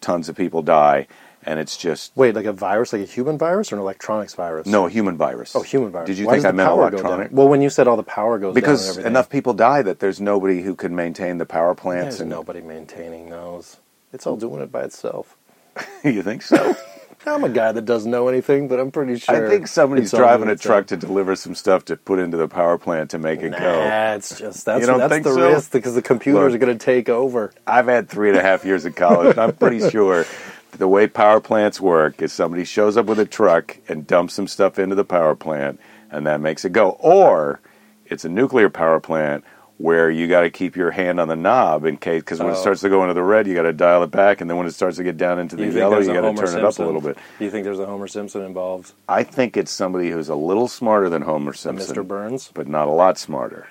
Speaker 1: tons of people die, and it's just
Speaker 2: Wait, like a virus, like a human virus or an electronics virus?
Speaker 1: no a human virus.
Speaker 2: Oh, human virus.
Speaker 1: Did you
Speaker 2: Why
Speaker 1: think
Speaker 2: does
Speaker 1: I
Speaker 2: the
Speaker 1: meant
Speaker 2: power go
Speaker 1: electronic?
Speaker 2: down? Well, when you said all the power goes down, and
Speaker 1: because
Speaker 2: everything,
Speaker 1: enough people die that there's nobody who can maintain the power plants
Speaker 2: There's
Speaker 1: and
Speaker 2: nobody maintaining those. It's all doing it by itself.
Speaker 1: you think so
Speaker 2: I'm a guy that doesn't know anything, but I'm pretty sure.
Speaker 1: i think somebody's
Speaker 2: it's all
Speaker 1: driving
Speaker 2: doing
Speaker 1: a
Speaker 2: its
Speaker 1: truck
Speaker 2: thing.
Speaker 1: to deliver some stuff to put into the power plant to make it go
Speaker 2: Nah, it's just that's
Speaker 1: You don't
Speaker 2: that's
Speaker 1: think
Speaker 2: the
Speaker 1: so?
Speaker 2: risk because the computers
Speaker 1: Look.
Speaker 2: are going to take over.
Speaker 1: i've had three and a half years of college and i'm pretty sure that the way power plants work is somebody shows up with a truck and dumps some stuff into the power plant and that makes it go or it's a nuclear power plant where you got to keep your hand on the knob in case because when it
Speaker 2: Oh.
Speaker 1: starts to go into the red you got to dial it back and then when it starts to get down into the
Speaker 2: You think
Speaker 1: yellow
Speaker 2: there's
Speaker 1: you
Speaker 2: a
Speaker 1: got to
Speaker 2: Homer
Speaker 1: turn it up a
Speaker 2: Simpson?
Speaker 1: little bit
Speaker 2: Do you think there's a Homer Simpson involved?
Speaker 1: I think it's somebody who's a little smarter than Homer
Speaker 2: A
Speaker 1: Simpson,
Speaker 2: Mr. Burns?
Speaker 1: but not a lot smarter,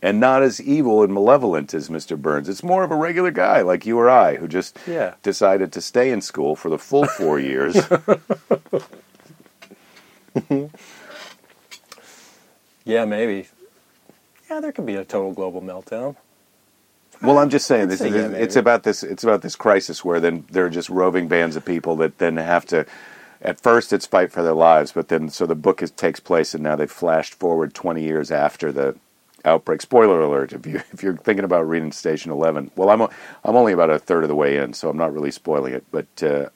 Speaker 1: and not as evil and malevolent as Mr. Burns. It's more of a regular guy like you or I who just
Speaker 2: Yeah.
Speaker 1: decided to stay in school for the full four years.
Speaker 2: Yeah, maybe. Yeah, there could be a total global meltdown.
Speaker 1: well, I'm just saying this.
Speaker 2: say
Speaker 1: is
Speaker 2: yeah,
Speaker 1: it's
Speaker 2: maybe.
Speaker 1: about this. It's about this crisis where then there are just roving bands of people that then have to. At first, it's fight for their lives, but then so the book is, takes place, and now they've flashed forward 20 years after the outbreak. Spoiler alert: if you if you're thinking about reading Station Eleven, well, I'm o- I'm only about a third of the way in, so I'm not really spoiling it, but uh,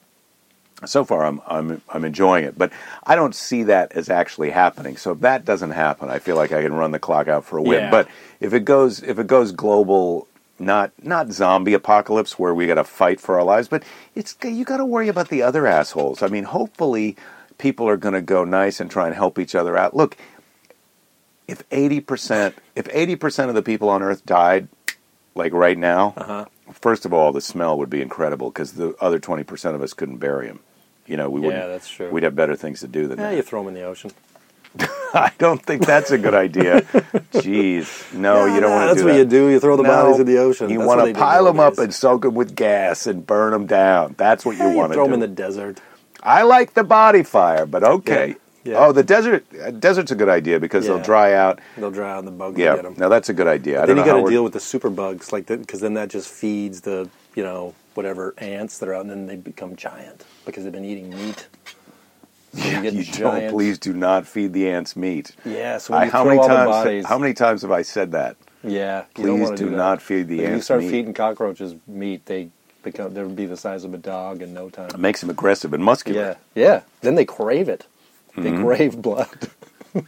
Speaker 1: so far I'm I'm I'm enjoying it. But I don't see that as actually happening. So if that doesn't happen, I feel like I can run the clock out for a win.
Speaker 2: Yeah.
Speaker 1: But if it goes if it goes global. Not not zombie apocalypse where we got to fight for our lives, but it's you got to worry about the other assholes. I mean, hopefully, people are going to go nice and try and help each other out. Look, if 80% if 80% of the people on earth died like right now,
Speaker 2: Uh-huh.
Speaker 1: first of all, the smell would be incredible because the other twenty percent of us couldn't bury him. You know, we
Speaker 2: Yeah,
Speaker 1: wouldn't.
Speaker 2: that's true.
Speaker 1: We'd have better things to do than
Speaker 2: Yeah,
Speaker 1: that.
Speaker 2: you throw them in the ocean.
Speaker 1: I don't think that's a good idea. Jeez, no, Oh, you don't want to
Speaker 2: That's
Speaker 1: do
Speaker 2: what
Speaker 1: that.
Speaker 2: you do. You throw the
Speaker 1: No,
Speaker 2: bodies in the ocean.
Speaker 1: You
Speaker 2: That's
Speaker 1: want
Speaker 2: what they
Speaker 1: to
Speaker 2: do
Speaker 1: pile them up
Speaker 2: nowadays.
Speaker 1: and soak them with gas and burn them down. That's what you
Speaker 2: Yeah, you
Speaker 1: want to
Speaker 2: throw
Speaker 1: do.
Speaker 2: them in the desert.
Speaker 1: I like the body fire, but okay.
Speaker 2: Yeah, yeah.
Speaker 1: Oh, the desert. Uh, desert's a good idea because they'll
Speaker 2: Yeah.
Speaker 1: dry out.
Speaker 2: They'll dry out the bugs. will
Speaker 1: Yeah,
Speaker 2: get 'em.
Speaker 1: now that's a good idea. I
Speaker 2: then
Speaker 1: don't know
Speaker 2: you
Speaker 1: how
Speaker 2: got to
Speaker 1: we're-
Speaker 2: deal with the superbugs, like because then that just feeds the you know whatever ants that are out, and then they become giant because they've been eating meat. So you get
Speaker 1: You don't.
Speaker 2: giant-
Speaker 1: Please do not feed the ants meat.
Speaker 2: Yeah. So when
Speaker 1: I,
Speaker 2: you
Speaker 1: how
Speaker 2: throw
Speaker 1: many
Speaker 2: all the
Speaker 1: times?
Speaker 2: bodies,
Speaker 1: How many times have I said that?
Speaker 2: Yeah. you don't
Speaker 1: Please
Speaker 2: wanna
Speaker 1: do,
Speaker 2: that.
Speaker 1: not feed the
Speaker 2: If
Speaker 1: ants
Speaker 2: you start
Speaker 1: meat.
Speaker 2: feeding cockroaches meat, they become they would be the size of a dog in no
Speaker 1: It
Speaker 2: time.
Speaker 1: makes them aggressive and muscular.
Speaker 2: Yeah. Yeah. Then they crave it. They
Speaker 1: Mm-hmm.
Speaker 2: crave blood.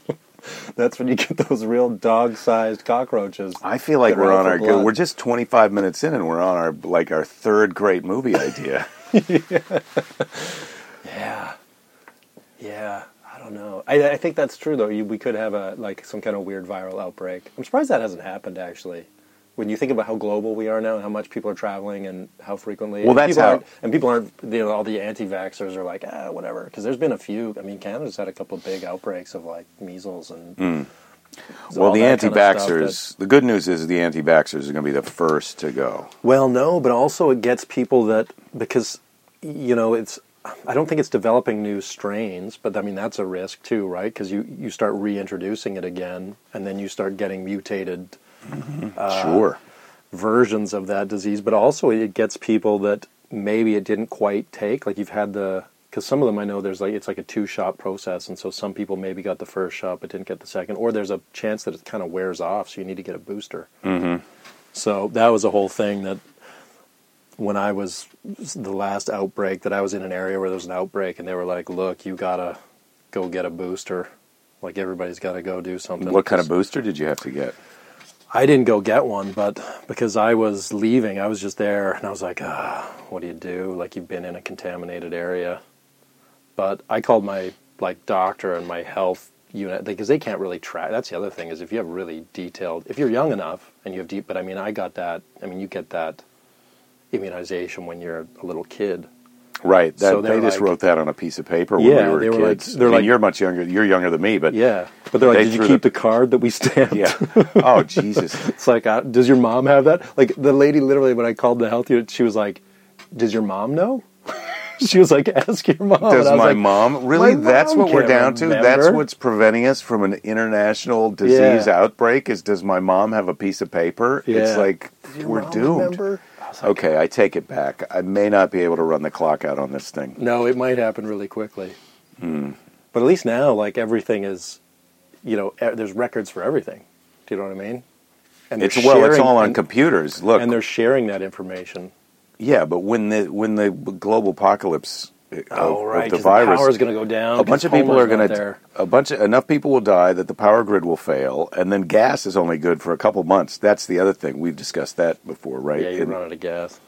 Speaker 2: That's when you get those real dog-sized cockroaches.
Speaker 1: I feel like
Speaker 2: that are
Speaker 1: we're
Speaker 2: out
Speaker 1: on
Speaker 2: for
Speaker 1: our good.
Speaker 2: blood.
Speaker 1: We're just 25 minutes in, and we're on our like our third great movie idea.
Speaker 2: Yeah. Yeah. I don't know. I, I think that's true, though. You, we could have a like some kind of weird viral outbreak. I'm surprised that hasn't happened, actually. When you think about how global we are now and how much people are traveling and how frequently,
Speaker 1: Well,
Speaker 2: and
Speaker 1: that's
Speaker 2: people
Speaker 1: how-
Speaker 2: aren't- and people aren't. You know, all the anti-vaxxers are like, ah, whatever. Because there's been a few. I mean, Canada's had a couple of big outbreaks of like measles and. so
Speaker 1: Hmm. well,
Speaker 2: all
Speaker 1: the
Speaker 2: that kind of stuff
Speaker 1: anti-vaxxers. the good news is the anti-vaxxers are going to be the first to go.
Speaker 2: Well, no, but also it gets people that because you know it's. I don't think it's developing new strains, but I mean that's a risk too, right? Because you you start reintroducing it again, and then you start getting mutated uh,
Speaker 1: sure.
Speaker 2: versions of that disease. But also it gets people that maybe it didn't quite take. Like you've had the because some of them I know there's like it's like a two shot process, and so some people maybe got the first shot but didn't get the second, or there's a chance that it kind of wears off, so you need to get a booster.
Speaker 1: Mm-hmm.
Speaker 2: So that was a whole thing that when I was the last outbreak that I was in an area where there was an outbreak and they were like, "Look, you gotta go get a booster. Like everybody's got to go do something."
Speaker 1: What kind of
Speaker 2: Because-
Speaker 1: booster did you have to get?
Speaker 2: I didn't go get one, but because I was leaving, I was just there and I was like, ah, what do you do? Like you've been in a contaminated area. But I called my like doctor and my health unit because they can't really track. That's the other thing is if you have really detailed, if you're young enough and you have deep, but I mean, I got that. I mean, you get that immunization when you're a little kid.
Speaker 1: Right. That,
Speaker 2: So
Speaker 1: they
Speaker 2: they're
Speaker 1: just
Speaker 2: like-
Speaker 1: wrote that on a piece of paper when
Speaker 2: Yeah,
Speaker 1: we were
Speaker 2: they were like-
Speaker 1: kids.
Speaker 2: they're
Speaker 1: I mean,
Speaker 2: like-
Speaker 1: you're much younger. You're younger than me, but
Speaker 2: Yeah, but they're like,
Speaker 1: They
Speaker 2: did you
Speaker 1: threw
Speaker 2: keep
Speaker 1: the-
Speaker 2: the card that we stamped?
Speaker 1: yeah. oh Jesus.
Speaker 2: It's like, uh, does your mom have that? Like the lady literally, when I called the health unit, she was like, "Does your mom know?" she was like, "Ask your mom."
Speaker 1: Does
Speaker 2: And Oh, I
Speaker 1: my
Speaker 2: was like,
Speaker 1: mom really?
Speaker 2: "My
Speaker 1: that's
Speaker 2: mom
Speaker 1: what we're
Speaker 2: can't
Speaker 1: down to.
Speaker 2: remember."
Speaker 1: That's what's preventing us from an international disease
Speaker 2: Yeah.
Speaker 1: outbreak. Is does my mom have a piece of paper? It's
Speaker 2: Yeah.
Speaker 1: like
Speaker 2: "Does your
Speaker 1: we're
Speaker 2: mom
Speaker 1: doomed.
Speaker 2: remember?" I was like,
Speaker 1: Okay, I take it back. I may not be able to run the clock out on this thing.
Speaker 2: No, it might happen really quickly. But at least now, like everything is, you know, e- there's records for everything. Do you know what I mean? And they're
Speaker 1: It's well, it's
Speaker 2: sharing-
Speaker 1: all on
Speaker 2: and,
Speaker 1: computers. Look,
Speaker 2: and they're sharing that information.
Speaker 1: yeah, but when the when the global apocalypse uh,
Speaker 2: oh
Speaker 1: of
Speaker 2: right,
Speaker 1: the
Speaker 2: 'cause
Speaker 1: virus,
Speaker 2: power's going to go down.
Speaker 1: a bunch of people are going to a bunch of enough people will die that the power grid will fail, and then gas is only good for a couple months. That's the other thing we've discussed that before, right?
Speaker 2: Yeah, you
Speaker 1: And
Speaker 2: run out of gas.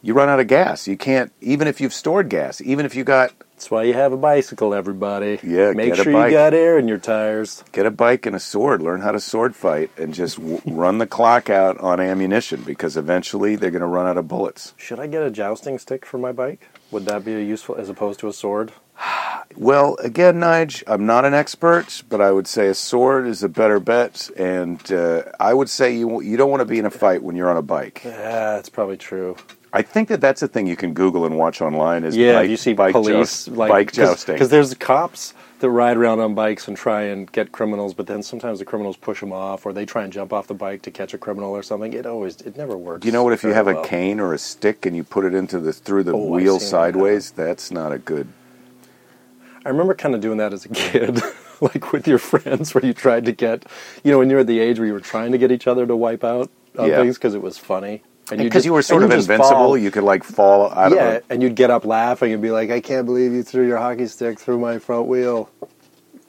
Speaker 1: you run out of gas. You can't even if you've stored gas, even if you got
Speaker 2: That's why you have a bicycle, everybody.
Speaker 1: Yeah,
Speaker 2: make
Speaker 1: get a
Speaker 2: sure
Speaker 1: bike.
Speaker 2: you got air in your tires.
Speaker 1: get a bike and a sword, learn how to sword fight, and just w- run the clock out on ammunition because eventually they're going to run out of bullets.
Speaker 2: Should I get a jousting stick for my bike? Would that be useful as opposed to a sword?
Speaker 1: Well, again, Nige, I'm not an expert, but I would say a sword is a better bet, and uh, I would say you you don't want to be in a fight when you're on a bike.
Speaker 2: Yeah, it's probably true.
Speaker 1: I think that that's a thing you can Google and watch online. Is
Speaker 2: Yeah,
Speaker 1: bike,
Speaker 2: if you see
Speaker 1: bike
Speaker 2: police
Speaker 1: joust-
Speaker 2: like
Speaker 1: bike jousting.
Speaker 2: because there's cops that ride around on bikes and try and get criminals, but then sometimes the criminals push them off, or they try and jump off the bike to catch a criminal or something. It always it never works.
Speaker 1: you know what? If you
Speaker 2: very
Speaker 1: have a
Speaker 2: well.
Speaker 1: cane or a stick and you put it into the through the
Speaker 2: Oh, I've
Speaker 1: wheel
Speaker 2: seen that
Speaker 1: sideways, that's not a good.
Speaker 2: I remember kind of doing that as a kid, like with your friends, where you tried to get, you know, when you were at the age where you were trying to get each other to wipe out on
Speaker 1: Yeah.
Speaker 2: things because it was funny. And
Speaker 1: Because
Speaker 2: just-
Speaker 1: you were sort
Speaker 2: and
Speaker 1: of
Speaker 2: you'd just
Speaker 1: invincible,
Speaker 2: fall.
Speaker 1: you could like fall out
Speaker 2: yeah,
Speaker 1: of it.
Speaker 2: and you'd get up laughing and be like, "I can't believe you threw your hockey stick through my front wheel,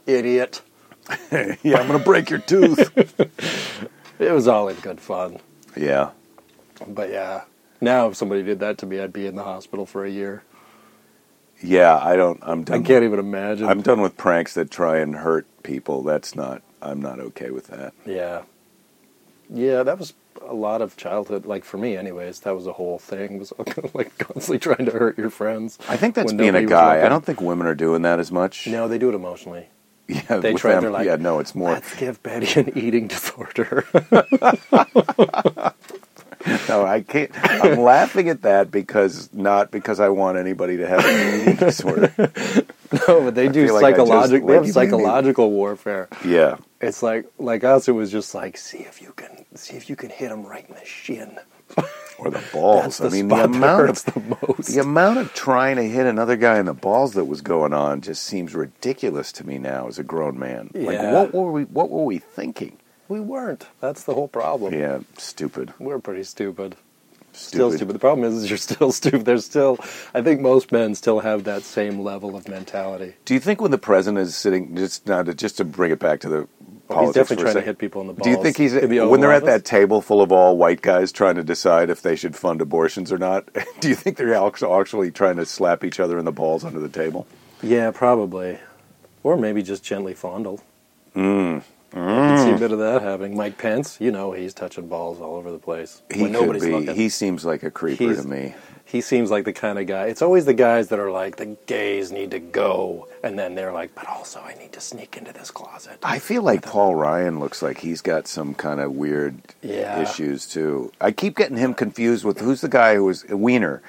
Speaker 2: idiot!"
Speaker 1: yeah, I'm gonna break your tooth.
Speaker 2: It was all in good fun,
Speaker 1: yeah,
Speaker 2: but yeah. Now, if somebody did that to me, I'd be in the hospital for a year.
Speaker 1: yeah. I don't. I'm done.
Speaker 2: I can't even imagine.
Speaker 1: I'm done with pranks that try and hurt people. That's not. I'm not okay with that.
Speaker 2: yeah, yeah. That was a lot of childhood, like for me, anyways, that was a whole thing was like constantly trying to hurt your friends.
Speaker 1: I think that's
Speaker 2: when
Speaker 1: being a
Speaker 2: nobody was
Speaker 1: guy.
Speaker 2: looking.
Speaker 1: I don't think women are doing that as much.
Speaker 2: No, they do it emotionally.
Speaker 1: yeah,
Speaker 2: They
Speaker 1: with
Speaker 2: try.
Speaker 1: them-
Speaker 2: They're like,
Speaker 1: yeah, no, it's more.
Speaker 2: Let's give Betty an eating disorder.
Speaker 1: No, I can't. I'm laughing at that because not because I want anybody to have an eating disorder.
Speaker 2: no, but they do
Speaker 1: feel like I just
Speaker 2: psychological. They
Speaker 1: let
Speaker 2: have
Speaker 1: you be.
Speaker 2: psychological warfare.
Speaker 1: Yeah,
Speaker 2: It's like like us. It was just like see if you can see if you can hit him right in the shin.
Speaker 1: or the balls.
Speaker 2: That's the
Speaker 1: I mean, the
Speaker 2: spot that
Speaker 1: amount of
Speaker 2: hurts the most.
Speaker 1: The amount of trying to hit another guy in the balls that was going on just seems ridiculous to me now as a grown man. Like
Speaker 2: Yeah.
Speaker 1: what were we what were we thinking?
Speaker 2: We weren't. That's the whole problem.
Speaker 1: Yeah, stupid.
Speaker 2: We're pretty stupid. Still
Speaker 1: Stupid.
Speaker 2: stupid. The problem is, is you're still stupid. There's still, I think most men still have that same level of mentality.
Speaker 1: Do you think when the president is sitting just now to, just to bring it back to the
Speaker 2: He's
Speaker 1: politics for
Speaker 2: definitely
Speaker 1: a
Speaker 2: trying to
Speaker 1: second,
Speaker 2: hit people in the balls.
Speaker 1: Do you think he's
Speaker 2: in the Oval
Speaker 1: when they're at that
Speaker 2: Office.
Speaker 1: table full of all white guys trying to decide if they should fund abortions or not? Do you think they're actu- actually trying to slap each other in the balls under the table?
Speaker 2: Yeah, probably, or maybe just gently fondle. Mm. see a bit of that happening. Mike Pence, you know, he's touching balls all over the place
Speaker 1: He
Speaker 2: when
Speaker 1: could
Speaker 2: nobody's
Speaker 1: be.
Speaker 2: looking.
Speaker 1: He seems like a creeper
Speaker 2: He's-
Speaker 1: to me.
Speaker 2: he seems like the kind of guy. It's always the guys that are like, the gays need to go, and then they're like, but also I need to sneak into this closet.
Speaker 1: I feel like Paul Ryan looks like he's got some kind of weird
Speaker 2: Yeah.
Speaker 1: issues too. I keep getting him confused with who's the guy who was Wiener.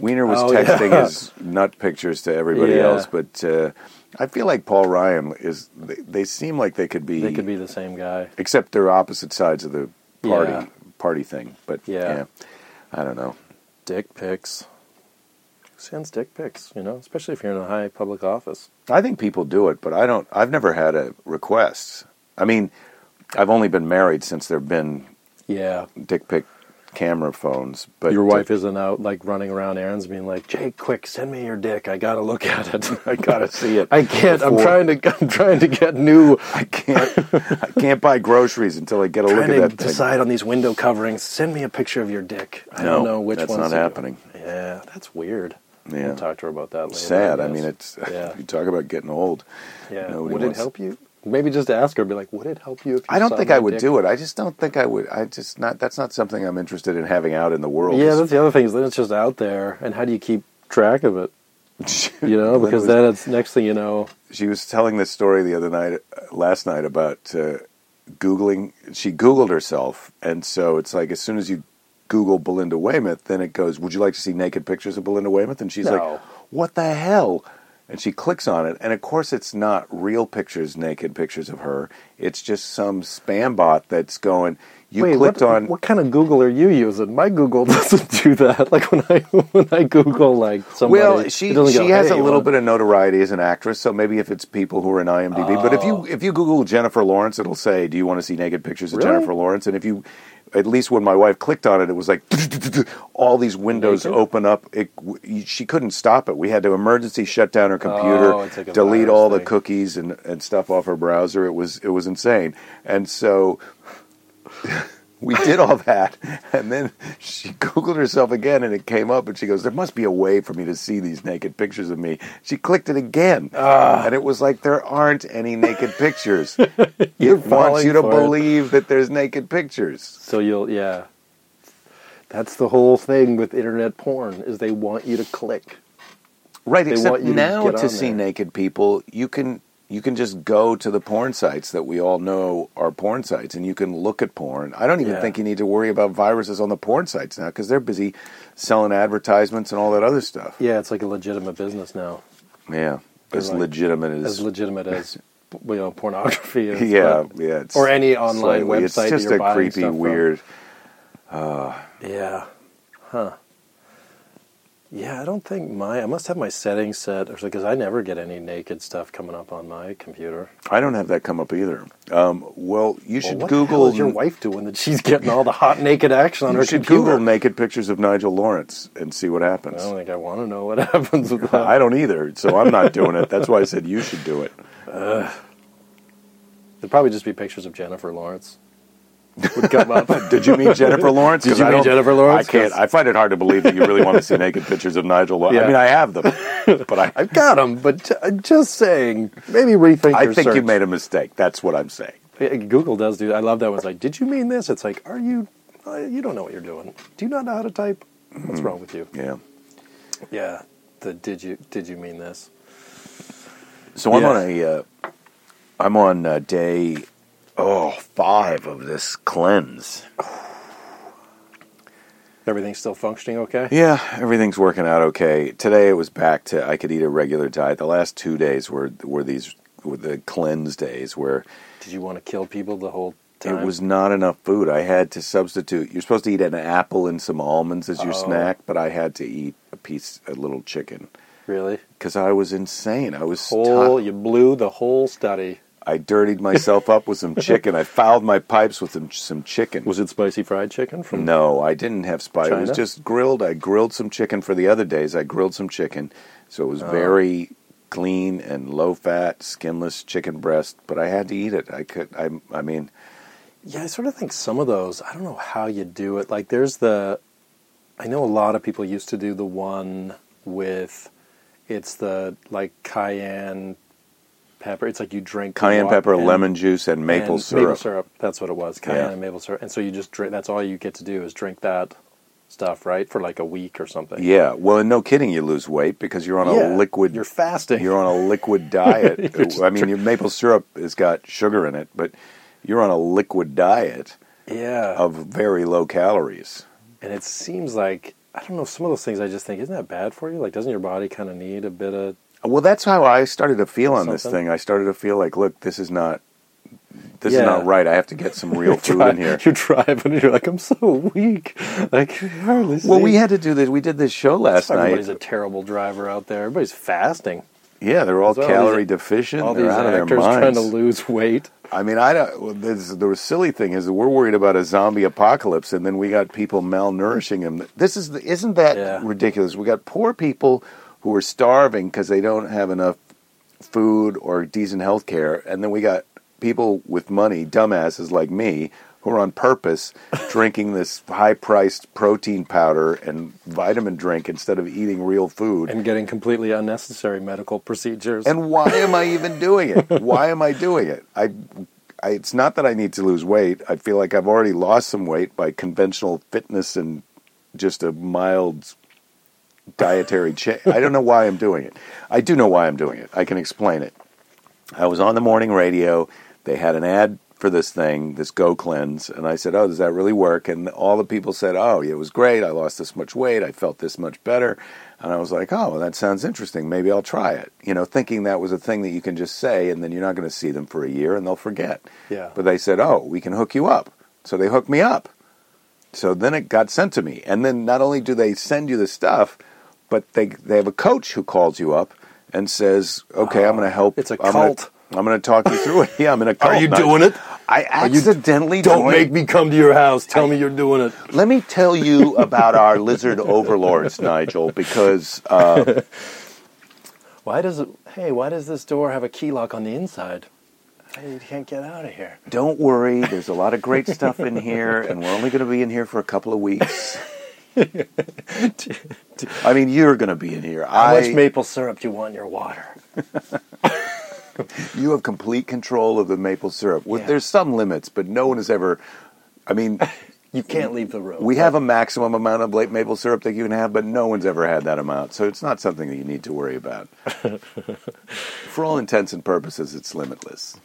Speaker 1: Wiener was
Speaker 2: Oh,
Speaker 1: texting
Speaker 2: yeah.
Speaker 1: his nut pictures to everybody
Speaker 2: Yeah.
Speaker 1: else, but uh, I feel like Paul Ryan is. They, they seem like they could be,
Speaker 2: They could be the same guy.
Speaker 1: except they're opposite sides of the party
Speaker 2: Yeah.
Speaker 1: party thing. But
Speaker 2: Yeah.
Speaker 1: yeah, I don't know.
Speaker 2: Dick pics. Who sends dick pics? You know, especially if you're in a high public office.
Speaker 1: I think people do it, but I don't. I've never had a request. I mean, I've only been married since there've been
Speaker 2: Yeah.
Speaker 1: dick pic camera phones. But
Speaker 2: your wife isn't out like running around errands being like, Jake, quick, send me your dick. I gotta look at it.
Speaker 1: I gotta see it.
Speaker 2: I can't.
Speaker 1: before-
Speaker 2: I'm trying to. I'm trying to get new.
Speaker 1: I can't. I can't buy groceries until I get a look
Speaker 2: Trying
Speaker 1: at
Speaker 2: to
Speaker 1: that thing.
Speaker 2: decide on these window coverings. Send me a picture of your dick. I
Speaker 1: No,
Speaker 2: don't know which
Speaker 1: that's
Speaker 2: one's
Speaker 1: not
Speaker 2: to-
Speaker 1: happening.
Speaker 2: Yeah, that's weird.
Speaker 1: Yeah.
Speaker 2: We'll talk to her about that later.
Speaker 1: Sad.
Speaker 2: I,
Speaker 1: I
Speaker 2: guess.
Speaker 1: mean, it's
Speaker 2: Yeah.
Speaker 1: you talk about getting old.
Speaker 2: Yeah.
Speaker 1: nobody
Speaker 2: Would it
Speaker 1: wants-
Speaker 2: help you? Maybe just ask her. Be like, would it help you if you
Speaker 1: I don't
Speaker 2: saw
Speaker 1: think
Speaker 2: my
Speaker 1: I would
Speaker 2: dick?
Speaker 1: do it. I just don't think I would. I just not. That's not something I'm interested in having out in the world.
Speaker 2: Yeah, that's the other thing is that it's just out there, and how do you keep track of it? You know,
Speaker 1: Lynn
Speaker 2: because
Speaker 1: was-
Speaker 2: then it's next thing you know.
Speaker 1: she was telling this story the other night, uh, last night about uh, googling. She googled herself, and so it's like as soon as you Google Belinda Weymouth, then it goes, "Would you like to see naked pictures of Belinda Weymouth?" And she's
Speaker 2: No.
Speaker 1: like, "What the hell?" And she clicks on it, and of course, it's not real pictures, naked pictures of her. It's just some spam bot that's going. You
Speaker 2: Wait,
Speaker 1: clicked
Speaker 2: what,
Speaker 1: on.
Speaker 2: what kind of Google are you using? My Google doesn't do that. Like when I when I Google like somebody,
Speaker 1: Well,
Speaker 2: it
Speaker 1: she she
Speaker 2: doesn't go,
Speaker 1: has
Speaker 2: "Hey,
Speaker 1: a little
Speaker 2: what-"
Speaker 1: bit of notoriety as an actress, so maybe if it's people who are in IMDb, but if you if you Google Jennifer Lawrence, it'll say, "Do you want to see naked pictures of
Speaker 2: Really?
Speaker 1: Jennifer Lawrence?" And if you, at least when my wife clicked on it, it was like all these windows
Speaker 2: Naked?
Speaker 1: open up. It, w- she couldn't stop it. We had to emergency shut down her computer,
Speaker 2: Oh, it's like a
Speaker 1: delete
Speaker 2: virus
Speaker 1: all the
Speaker 2: thing.
Speaker 1: cookies and, and stuff off her browser. It was it was insane, and so we did all that, and then she Googled herself again, and it came up, and she goes, "There must be a way for me to see these naked pictures of me." She clicked it again,
Speaker 2: Ah.
Speaker 1: and it was like, "There aren't any naked pictures." it wants
Speaker 2: falling
Speaker 1: you to
Speaker 2: for it.
Speaker 1: believe that there's naked pictures.
Speaker 2: So you'll yeah. That's the whole thing with internet porn is they want you to click.
Speaker 1: Right,
Speaker 2: They
Speaker 1: except
Speaker 2: want you to
Speaker 1: now
Speaker 2: get
Speaker 1: to,
Speaker 2: on
Speaker 1: see
Speaker 2: there.
Speaker 1: naked people, you can you can just go to the porn sites that we all know are porn sites, and you can look at porn. I don't even
Speaker 2: Yeah.
Speaker 1: think you need to worry about viruses on the porn sites now because they're busy selling advertisements and all that other stuff.
Speaker 2: Yeah, it's like a legitimate business now,
Speaker 1: Yeah,
Speaker 2: They're
Speaker 1: as
Speaker 2: like-
Speaker 1: legitimate as,
Speaker 2: as legitimate as you know pornography is.
Speaker 1: yeah,
Speaker 2: but-
Speaker 1: yeah, it's
Speaker 2: or any online
Speaker 1: slightly-
Speaker 2: website that
Speaker 1: It's just
Speaker 2: you're
Speaker 1: a
Speaker 2: buying
Speaker 1: creepy,
Speaker 2: stuff from.
Speaker 1: weird.
Speaker 2: Yeah. Huh. Yeah, I don't think my I must have my settings set or because I never get any naked stuff coming up on my computer.
Speaker 1: I don't have that come up either. Um, well, you
Speaker 2: Well,
Speaker 1: should
Speaker 2: what the hell
Speaker 1: Google
Speaker 2: is your wife doing that she's getting all the hot naked action on
Speaker 1: You
Speaker 2: her
Speaker 1: should
Speaker 2: computer.
Speaker 1: Google naked pictures of Nigel Lawrence and see what
Speaker 2: I
Speaker 1: happens.
Speaker 2: don't think I want to know what happens with that.
Speaker 1: I don't either, so I'm not doing it. That's why I said you should do it.
Speaker 2: It'd probably just be pictures of Jennifer Lawrence. Would come up.
Speaker 1: Did you meet Jennifer Lawrence?
Speaker 2: Did
Speaker 1: 'Cause
Speaker 2: you
Speaker 1: I
Speaker 2: meet
Speaker 1: don't-
Speaker 2: Jennifer Lawrence?
Speaker 1: I can't.
Speaker 2: 'Cause-
Speaker 1: I find it hard to believe that you really want to see naked pictures of Nigel Lawrence. I
Speaker 2: Yeah.
Speaker 1: mean, I have them, but I,
Speaker 2: I've got them, but ju- I'm just saying, maybe rethink.
Speaker 1: I
Speaker 2: your
Speaker 1: think you
Speaker 2: search.
Speaker 1: made a mistake. That's what I'm saying.
Speaker 2: Yeah, Google does do. I love that. One's like, did you mean this? It's like, are you uh, you don't know what you're doing. Do you not know how to type?
Speaker 1: Hmm.
Speaker 2: What's wrong with you?
Speaker 1: Yeah.
Speaker 2: Yeah. The did you did you mean this?
Speaker 1: So I'm
Speaker 2: Yeah.
Speaker 1: on a, uh, I'm on uh, day, oh five of this cleanse.
Speaker 2: Everything's still functioning okay?
Speaker 1: Yeah, everything's working out okay. Today it was back to I could eat a regular diet. The last two days were were these were the cleanse days where
Speaker 2: Did you want to kill people the whole time?
Speaker 1: it was not enough food. I had to substitute. You're supposed to eat an apple and some almonds as your
Speaker 2: Oh.
Speaker 1: snack, but I had to eat a piece, a little chicken,
Speaker 2: really
Speaker 1: because I was insane. I was
Speaker 2: whole.
Speaker 1: ti-
Speaker 2: You blew the whole study.
Speaker 1: I dirtied myself up with some chicken. I fouled my pipes with some some chicken.
Speaker 2: Was it spicy fried chicken from?
Speaker 1: No, I didn't have spice. It was
Speaker 2: China?
Speaker 1: just grilled. I grilled some chicken for the other days. I grilled some chicken, so it was
Speaker 2: Oh.
Speaker 1: very clean and low fat, skinless chicken breast. But I had to eat it. I could. I. I mean,
Speaker 2: Yeah, I sort of think some of those, I don't know how you do it. Like, there's the, I know a lot of people used to do the one with, it's the like cayenne pepper. It's like you drink
Speaker 1: cayenne
Speaker 2: water
Speaker 1: pepper,
Speaker 2: and-
Speaker 1: lemon juice, and maple
Speaker 2: and
Speaker 1: syrup.
Speaker 2: Maple syrup, that's what it was. Cayenne
Speaker 1: Yeah.
Speaker 2: and maple syrup. And so you just drink, that's all you get to do is drink that stuff, right? For like a week or something.
Speaker 1: Yeah. Well, and no kidding, you lose weight because you're on
Speaker 2: Yeah,
Speaker 1: a liquid.
Speaker 2: You're fasting.
Speaker 1: you're on a liquid diet. I mean, your maple syrup has got sugar in it, but you're on a liquid diet
Speaker 2: yeah.
Speaker 1: of very low calories.
Speaker 2: and it seems like, I don't know, some of those things I just think, isn't that bad for you? Like, doesn't your body kind of need a bit of
Speaker 1: Well, that's how I started to feel on this
Speaker 2: Something.
Speaker 1: thing. I started to feel like, look, this is not, this is
Speaker 2: Yeah.
Speaker 1: not right. I have to get some real food
Speaker 2: Dri-
Speaker 1: in here.
Speaker 2: You're driving and you're like, I'm so weak. Like, I hardly
Speaker 1: Well,
Speaker 2: see.
Speaker 1: we had to do this. We did this show last night.
Speaker 2: Everybody's a terrible driver out there. Everybody's fasting.
Speaker 1: yeah, they're all
Speaker 2: all these-
Speaker 1: calorie deficient.
Speaker 2: All
Speaker 1: they're
Speaker 2: these
Speaker 1: out of their
Speaker 2: actors
Speaker 1: minds.
Speaker 2: trying to lose weight.
Speaker 1: I mean, I don't. Well, this, the silly thing is that we're worried about a zombie apocalypse, and then we got people malnourishing them. This is the, isn't that
Speaker 2: Yeah.
Speaker 1: ridiculous? We got poor people who are starving because they don't have enough food or decent health care, and then we got people with money, dumbasses like me, who are on purpose drinking this high-priced protein powder and vitamin drink instead of eating real food.
Speaker 2: And getting completely unnecessary medical procedures.
Speaker 1: And why am I even doing it? Why am I doing it? I, I, it's not that I need to lose weight. I feel like I've already lost some weight by conventional fitness and just a mild dietary change. I don't know why I'm doing it. I do know why I'm doing it. I can explain it. I was on the morning radio. They had an ad for this thing, this Go Cleanse, and I said, "Oh, does that really work?" And all the people said, "Oh, it was great. I lost this much weight. I felt this much better." And I was like, "Oh, well, that sounds interesting. Maybe I'll try it." You know, thinking that was a thing that you can just say, and then you're not going to see them for a year, and they'll forget.
Speaker 2: Yeah.
Speaker 1: But they said, "Oh, we can hook you up." So they hooked me up. So then it got sent to me, and then not only do they send you the stuff, but they they have a coach who calls you up and says, "Okay, I'm going to help.
Speaker 2: Ah, It's a
Speaker 1: I'm gonna-
Speaker 2: cult.
Speaker 1: I'm going to talk you through it. Yeah, I'm in a
Speaker 2: Oh,
Speaker 1: cult. now."
Speaker 2: it?
Speaker 1: I accidentally
Speaker 2: Oh, Don't
Speaker 1: joined-
Speaker 2: make me come to your house. Tell me you're doing it.
Speaker 1: Let me tell you about our lizard overlords, Nigel, because uh,
Speaker 2: Why does it? Hey, why does this door have a key lock on the inside? Hey, You can't get out of here.
Speaker 1: don't worry, there's a lot of great stuff in here, and we're only going to be in here for a couple of weeks. I mean, you're going to be in here.
Speaker 2: How
Speaker 1: I,
Speaker 2: much maple syrup do you want in your water?
Speaker 1: You have complete control of the maple syrup. Well,
Speaker 2: Yeah.
Speaker 1: There's some limits, but no one has ever. I mean,
Speaker 2: You can't leave the room.
Speaker 1: we have a maximum amount of late maple syrup that you can have, but no one's ever had that amount. So it's not something that you need to worry about. For all intents and purposes, it's limitless.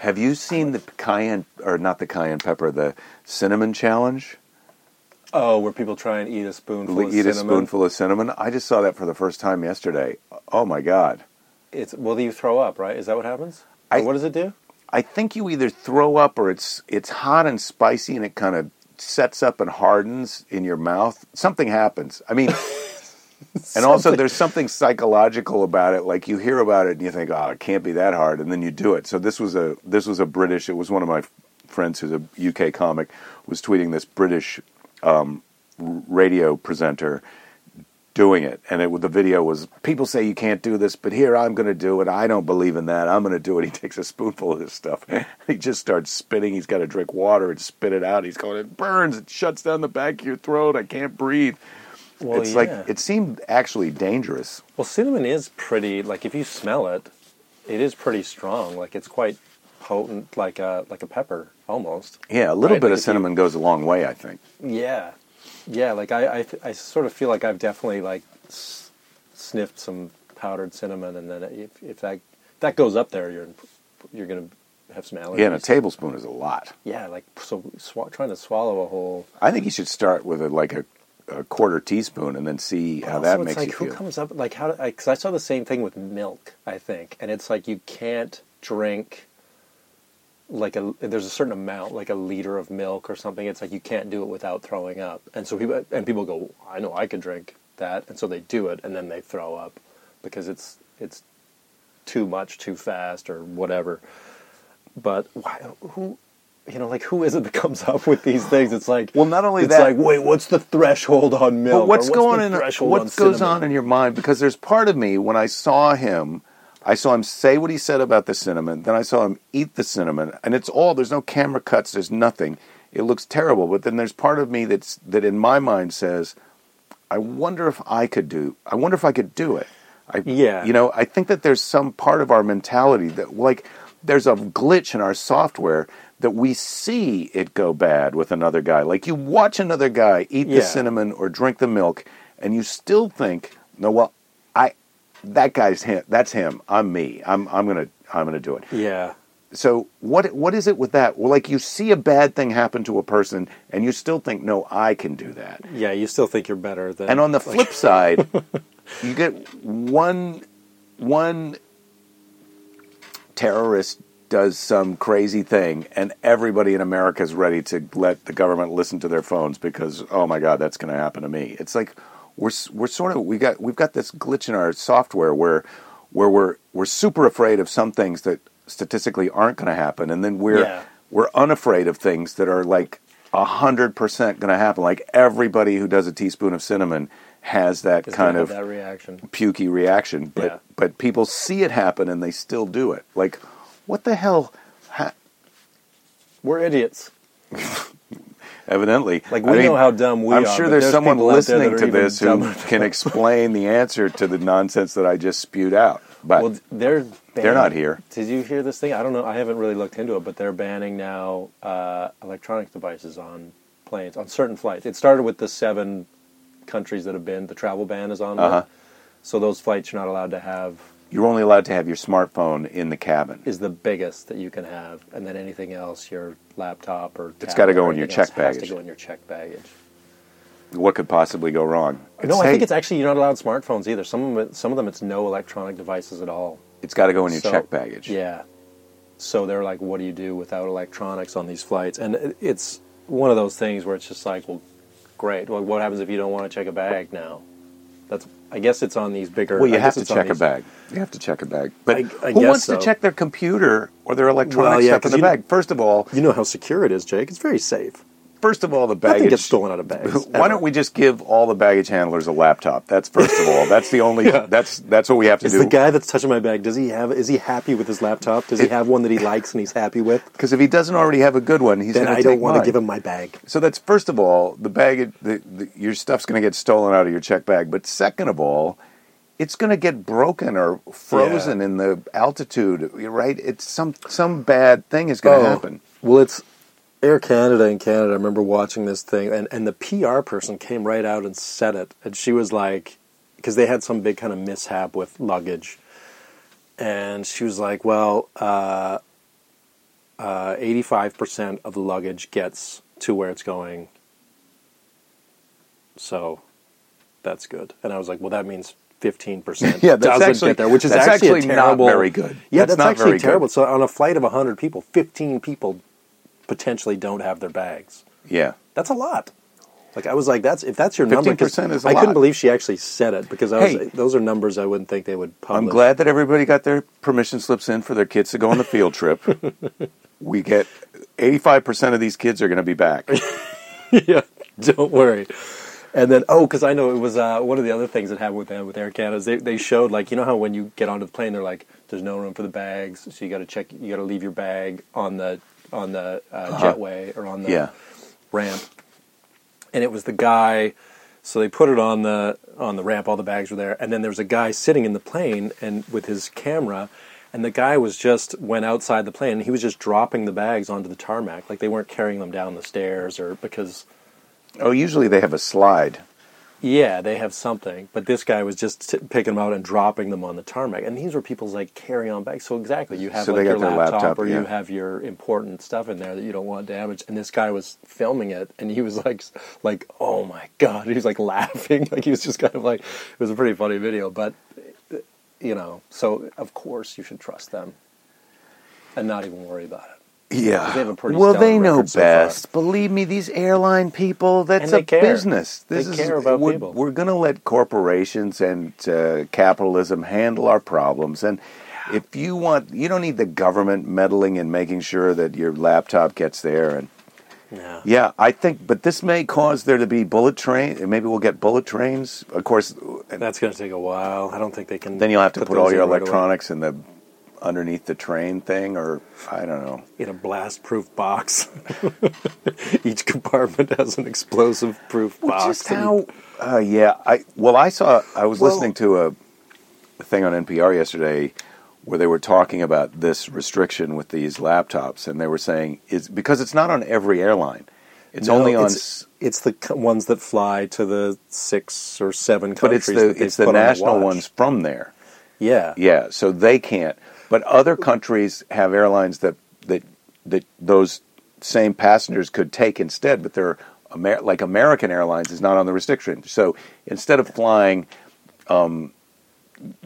Speaker 1: Have you seen the cayenne, or not the cayenne pepper, the cinnamon challenge?
Speaker 2: oh, where people try and eat a spoonful.
Speaker 1: Eat
Speaker 2: of
Speaker 1: a
Speaker 2: cinnamon.
Speaker 1: spoonful of cinnamon. I just saw that for the first time yesterday. Oh my God.
Speaker 2: It's well, you throw up, right? Is that what happens?
Speaker 1: I-
Speaker 2: Or what does it do?
Speaker 1: I think you either throw up or it's it's hot and spicy and it kind of sets up and hardens in your mouth. Something happens. I mean, and also there's something psychological about it. Like you hear about it and you think, "Oh, it can't be that hard," and then you do it. So this was a this was a British. It was one of my friends who's a UK comic was tweeting this British um, r- radio presenter doing it. And it, the video was people say you can't do this, but here I'm going to do it. I don't believe in that. I'm going to do it. He takes a spoonful of this stuff. he just starts spitting. He's got to drink water and spit it out. He's going, it burns. It shuts down the back of your throat. I can't breathe.
Speaker 2: Well,
Speaker 1: it's
Speaker 2: yeah.
Speaker 1: like it seemed actually dangerous.
Speaker 2: well, cinnamon is pretty. Like if you smell it, it is pretty strong. Like it's quite potent like a like a pepper almost.
Speaker 1: Yeah, a little
Speaker 2: Right,
Speaker 1: bit of
Speaker 2: like if you-
Speaker 1: cinnamon goes a long way, I think.
Speaker 2: Yeah, yeah. Like I, I, th- I sort of feel like I've definitely like s- sniffed some powdered cinnamon, and then if, if that that goes up there, you're you're gonna have some allergies.
Speaker 1: Yeah, and a tablespoon is a lot.
Speaker 2: Yeah, like so swa- trying to swallow a whole.
Speaker 1: I think you should start with a, like a, a quarter teaspoon and then see how
Speaker 2: Also,
Speaker 1: that
Speaker 2: Oh, it's
Speaker 1: makes
Speaker 2: like
Speaker 1: you
Speaker 2: who
Speaker 1: feel.
Speaker 2: comes up like how? Because I, saw the same thing with milk, I think, and it's like you can't drink like a there's a certain amount like a liter of milk or something it's like you can't do it without throwing up and so people and people go i know i could drink that and so they do it and then they throw up because it's it's too much too fast or whatever but why who you know like who is it that comes up with these things it's like
Speaker 1: Well, not only
Speaker 2: it's
Speaker 1: that-
Speaker 2: like wait what's the threshold on milk
Speaker 1: But what's
Speaker 2: or
Speaker 1: going
Speaker 2: the
Speaker 1: in?
Speaker 2: threshold
Speaker 1: What
Speaker 2: on
Speaker 1: goes
Speaker 2: cinnamon?
Speaker 1: on in your mind? Because there's part of me when I saw him, I saw him say what he said about the cinnamon. Then I saw him eat the cinnamon, and it's all. There's no camera cuts. There's nothing. It looks terrible. But then there's part of me that's that in my mind says, I wonder if I could do. I wonder if I could do it. I,
Speaker 2: Yeah.
Speaker 1: You know, I think that there's some part of our mentality that like there's a glitch in our software that we see it go bad with another guy. Like you watch another guy eat
Speaker 2: Yeah.
Speaker 1: the cinnamon or drink the milk, and you still think, no, well, I that guy's him. That's him. I'm me. I'm I'm gonna I'm gonna do it
Speaker 2: yeah
Speaker 1: so what what is it with that? Well, like you see a bad thing happen to a person, and you still think, no, I can do that.
Speaker 2: yeah you still think you're better than
Speaker 1: And on the
Speaker 2: like-
Speaker 1: flip side, you get one one terrorist does some crazy thing, and everybody in America is ready to let the government listen to their phones because oh my god, that's going to happen to me. It's like we're s- we're sort of we got we've got this glitch in our software where where we're we're super afraid of some things that statistically aren't going to happen, and then we're
Speaker 2: Yeah.
Speaker 1: we're unafraid of things that are like hundred percent going to happen. Like everybody who does a teaspoon of cinnamon has that
Speaker 2: is to
Speaker 1: kind
Speaker 2: have
Speaker 1: of
Speaker 2: that reaction
Speaker 1: pukey reaction, but
Speaker 2: Yeah.
Speaker 1: but people see it happen and they still do it. Like, what the hell? Ha-
Speaker 2: we're idiots
Speaker 1: Evidently,
Speaker 2: Like, we know how dumb we
Speaker 1: I'm
Speaker 2: are,
Speaker 1: sure
Speaker 2: but
Speaker 1: there's,
Speaker 2: there's
Speaker 1: someone
Speaker 2: people out there that
Speaker 1: listening
Speaker 2: are
Speaker 1: to
Speaker 2: even
Speaker 1: this who
Speaker 2: dumber than
Speaker 1: can explain the answer to the nonsense that I just spewed out. But
Speaker 2: well, they're
Speaker 1: They're not here.
Speaker 2: Did you hear this thing? I don't know. I haven't really looked into it, but they're banning now uh, electronic devices on planes on certain flights. It started with the seven countries that have been the travel ban is on.
Speaker 1: Uh-huh.
Speaker 2: It. So those flights you're not allowed to have
Speaker 1: you're only allowed to have your smartphone in the cabin.
Speaker 2: is the biggest that you can have, and then anything else, your laptop or
Speaker 1: It's
Speaker 2: tablet
Speaker 1: gotta
Speaker 2: or
Speaker 1: go in your
Speaker 2: anything else
Speaker 1: check
Speaker 2: has
Speaker 1: baggage.
Speaker 2: to go in your check baggage.
Speaker 1: What could possibly go wrong?
Speaker 2: No, I
Speaker 1: hey,
Speaker 2: think it's actually you're not allowed smartphones either. Some of them, some of them, it's no electronic devices at all.
Speaker 1: it's got to go in your
Speaker 2: So-
Speaker 1: check baggage.
Speaker 2: Yeah. So they're like, what do you do without electronics on these flights? And it- it's one of those things where it's just like, well, great. Well, what happens if you don't want to check a bag now? That's. I guess it's on these bigger.
Speaker 1: Well, you
Speaker 2: I
Speaker 1: have
Speaker 2: guess
Speaker 1: to
Speaker 2: it's on
Speaker 1: check a
Speaker 2: these-
Speaker 1: bag. You have to check a bag. But
Speaker 2: I- I
Speaker 1: who
Speaker 2: guess
Speaker 1: wants
Speaker 2: so.
Speaker 1: to check their computer or their electronic
Speaker 2: yeah,
Speaker 1: stuff in
Speaker 2: 'cause
Speaker 1: the
Speaker 2: you-
Speaker 1: bag? First of all,
Speaker 2: You know how secure it is, Jake. It's very safe.
Speaker 1: first of all, the baggage.
Speaker 2: Nothing gets stolen out of bags.
Speaker 1: Why
Speaker 2: ever.
Speaker 1: don't we just give all the baggage handlers a laptop? That's first of all. That's the only.
Speaker 2: Yeah.
Speaker 1: That's that's what we have to
Speaker 2: Is
Speaker 1: do.
Speaker 2: the guy that's touching my bag? Does he have? Is he happy with his laptop? Does he have one that he likes and he's happy with?
Speaker 1: Because if he doesn't already have a good one, he's
Speaker 2: Then
Speaker 1: going
Speaker 2: I
Speaker 1: to
Speaker 2: don't
Speaker 1: want to
Speaker 2: give him my bag.
Speaker 1: So that's first of all, the baggage, the, the, your stuff's going to get stolen out of your check bag. But second of all, it's going to get broken or frozen in the altitude. Right? It's some some bad thing is going to happen.
Speaker 2: Oh, Well, it's Air Canada in Canada. I remember watching this thing, and, and the PR person came right out and said it. And she was like, because they had some big kind of mishap with luggage. And she was like, well, uh, uh, 85% of the luggage gets to where it's going. So that's good. And I was like, well, that means. 15%
Speaker 1: Yeah, that's
Speaker 2: doesn't
Speaker 1: actually-
Speaker 2: get there, which is
Speaker 1: that's
Speaker 2: actually, a
Speaker 1: actually not
Speaker 2: terrible.
Speaker 1: very good.
Speaker 2: Yeah,
Speaker 1: That's
Speaker 2: that's,
Speaker 1: not very
Speaker 2: actually
Speaker 1: good.
Speaker 2: terrible. So on a flight of 100 people, 15 people potentially don't have their bags.
Speaker 1: Yeah.
Speaker 2: That's a lot. Like I was like, that's if that's your number.
Speaker 1: 15% is a
Speaker 2: I
Speaker 1: lot.
Speaker 2: couldn't believe she actually said it because I was,
Speaker 1: Hey.
Speaker 2: those are numbers I wouldn't think they would publish.
Speaker 1: I'm glad that everybody got their permission slips in for their kids to go on the field trip. we get 85% of these kids are going to be back.
Speaker 2: yeah, don't worry. And then oh, because I know it was uh, one of the other things that happened with them with Air Canada. Is they they showed like you know how when you get onto the plane, they're like, there's no room for the bags, so you got to check, you got to leave your bag on the on the uh, jetway or on the
Speaker 1: Yeah.
Speaker 2: ramp. And it was the guy. So they put it on the on the ramp. All the bags were there, and then there was a guy sitting in the plane and with his camera, And the guy was just went outside the plane. And he was just dropping the bags onto the tarmac, like they weren't carrying them down the stairs or because
Speaker 1: Oh, usually they have a slide.
Speaker 2: yeah, they have something. But this guy was just t- picking them out and dropping them on the tarmac. And these were people's like carry-on bags. So exactly, you have
Speaker 1: So they
Speaker 2: like
Speaker 1: got
Speaker 2: your
Speaker 1: their
Speaker 2: laptop,
Speaker 1: laptop,
Speaker 2: or
Speaker 1: yeah.
Speaker 2: you have your important stuff in there that you don't want damaged. And this guy was filming it, and he was like, s- like, oh my god, he was like laughing, like he was just kind of like, it was a pretty funny video. But uh, you know, so of course you should trust them and not even worry about it.
Speaker 1: Yeah.
Speaker 2: They have a pretty
Speaker 1: well,
Speaker 2: stellar
Speaker 1: they know
Speaker 2: record so far.
Speaker 1: best. Believe me, these airline people, that's
Speaker 2: And they
Speaker 1: a
Speaker 2: care.
Speaker 1: business. This
Speaker 2: They
Speaker 1: is,
Speaker 2: care about
Speaker 1: we're,
Speaker 2: people.
Speaker 1: We're going to let corporations and uh, capitalism handle our problems. And if you want, you don't need the government meddling and making sure that your laptop gets there. And
Speaker 2: Yeah.
Speaker 1: yeah, I think, but this may cause there to be bullet train. and Maybe we'll get bullet trains. Of course,
Speaker 2: That's going to take a while. I don't think they can.
Speaker 1: then you'll have to put, all
Speaker 2: those
Speaker 1: your
Speaker 2: in right away.
Speaker 1: electronics in the underneath the train thing, or I don't know.
Speaker 2: in a blast-proof box. Each compartment has an explosive-proof box.
Speaker 1: Well, just
Speaker 2: and-
Speaker 1: how? Uh, yeah, I well, I saw. I was
Speaker 2: Well-
Speaker 1: listening to a thing on NPR yesterday where they were talking about this restriction with these laptops, and they were saying is because it's not on every airline. It's
Speaker 2: No,
Speaker 1: only on.
Speaker 2: It's,
Speaker 1: s-
Speaker 2: it's the co- ones that fly to the six or seven
Speaker 1: but
Speaker 2: countries.
Speaker 1: it's the
Speaker 2: that they've
Speaker 1: it's the
Speaker 2: put on
Speaker 1: national
Speaker 2: watch.
Speaker 1: ones from there.
Speaker 2: Yeah.
Speaker 1: Yeah, so they can't. But other countries have airlines that that that those same passengers could take instead. But they're Amer- like American Airlines is not on the restriction. So instead of flying um,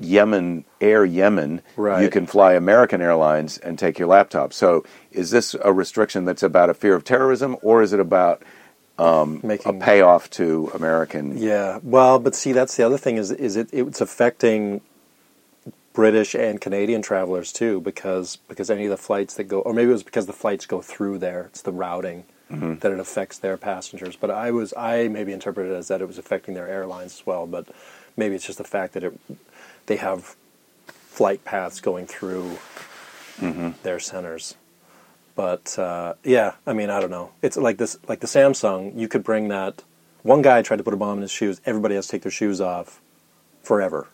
Speaker 1: Yemen Air Yemen,
Speaker 2: Right.
Speaker 1: you can fly American Airlines and take your laptop. So is this a restriction that's about a fear of terrorism, or is it about a
Speaker 2: making
Speaker 1: payoff to American?
Speaker 2: Yeah. Well, but see, that's the other thing is is it it's affecting British and Canadian travelers too because because any of the flights that go or maybe it was because the flights go through there, it's the routing that it affects their passengers. But I was I maybe interpreted it as that it was affecting their airlines as well, but maybe it's just the fact that it they have flight paths going through their centers. But uh, yeah, I mean, I don't know. It's like this, like the Samsung. You could bring that. One guy tried to put a bomb in his shoes. Everybody has to take their shoes off, forever.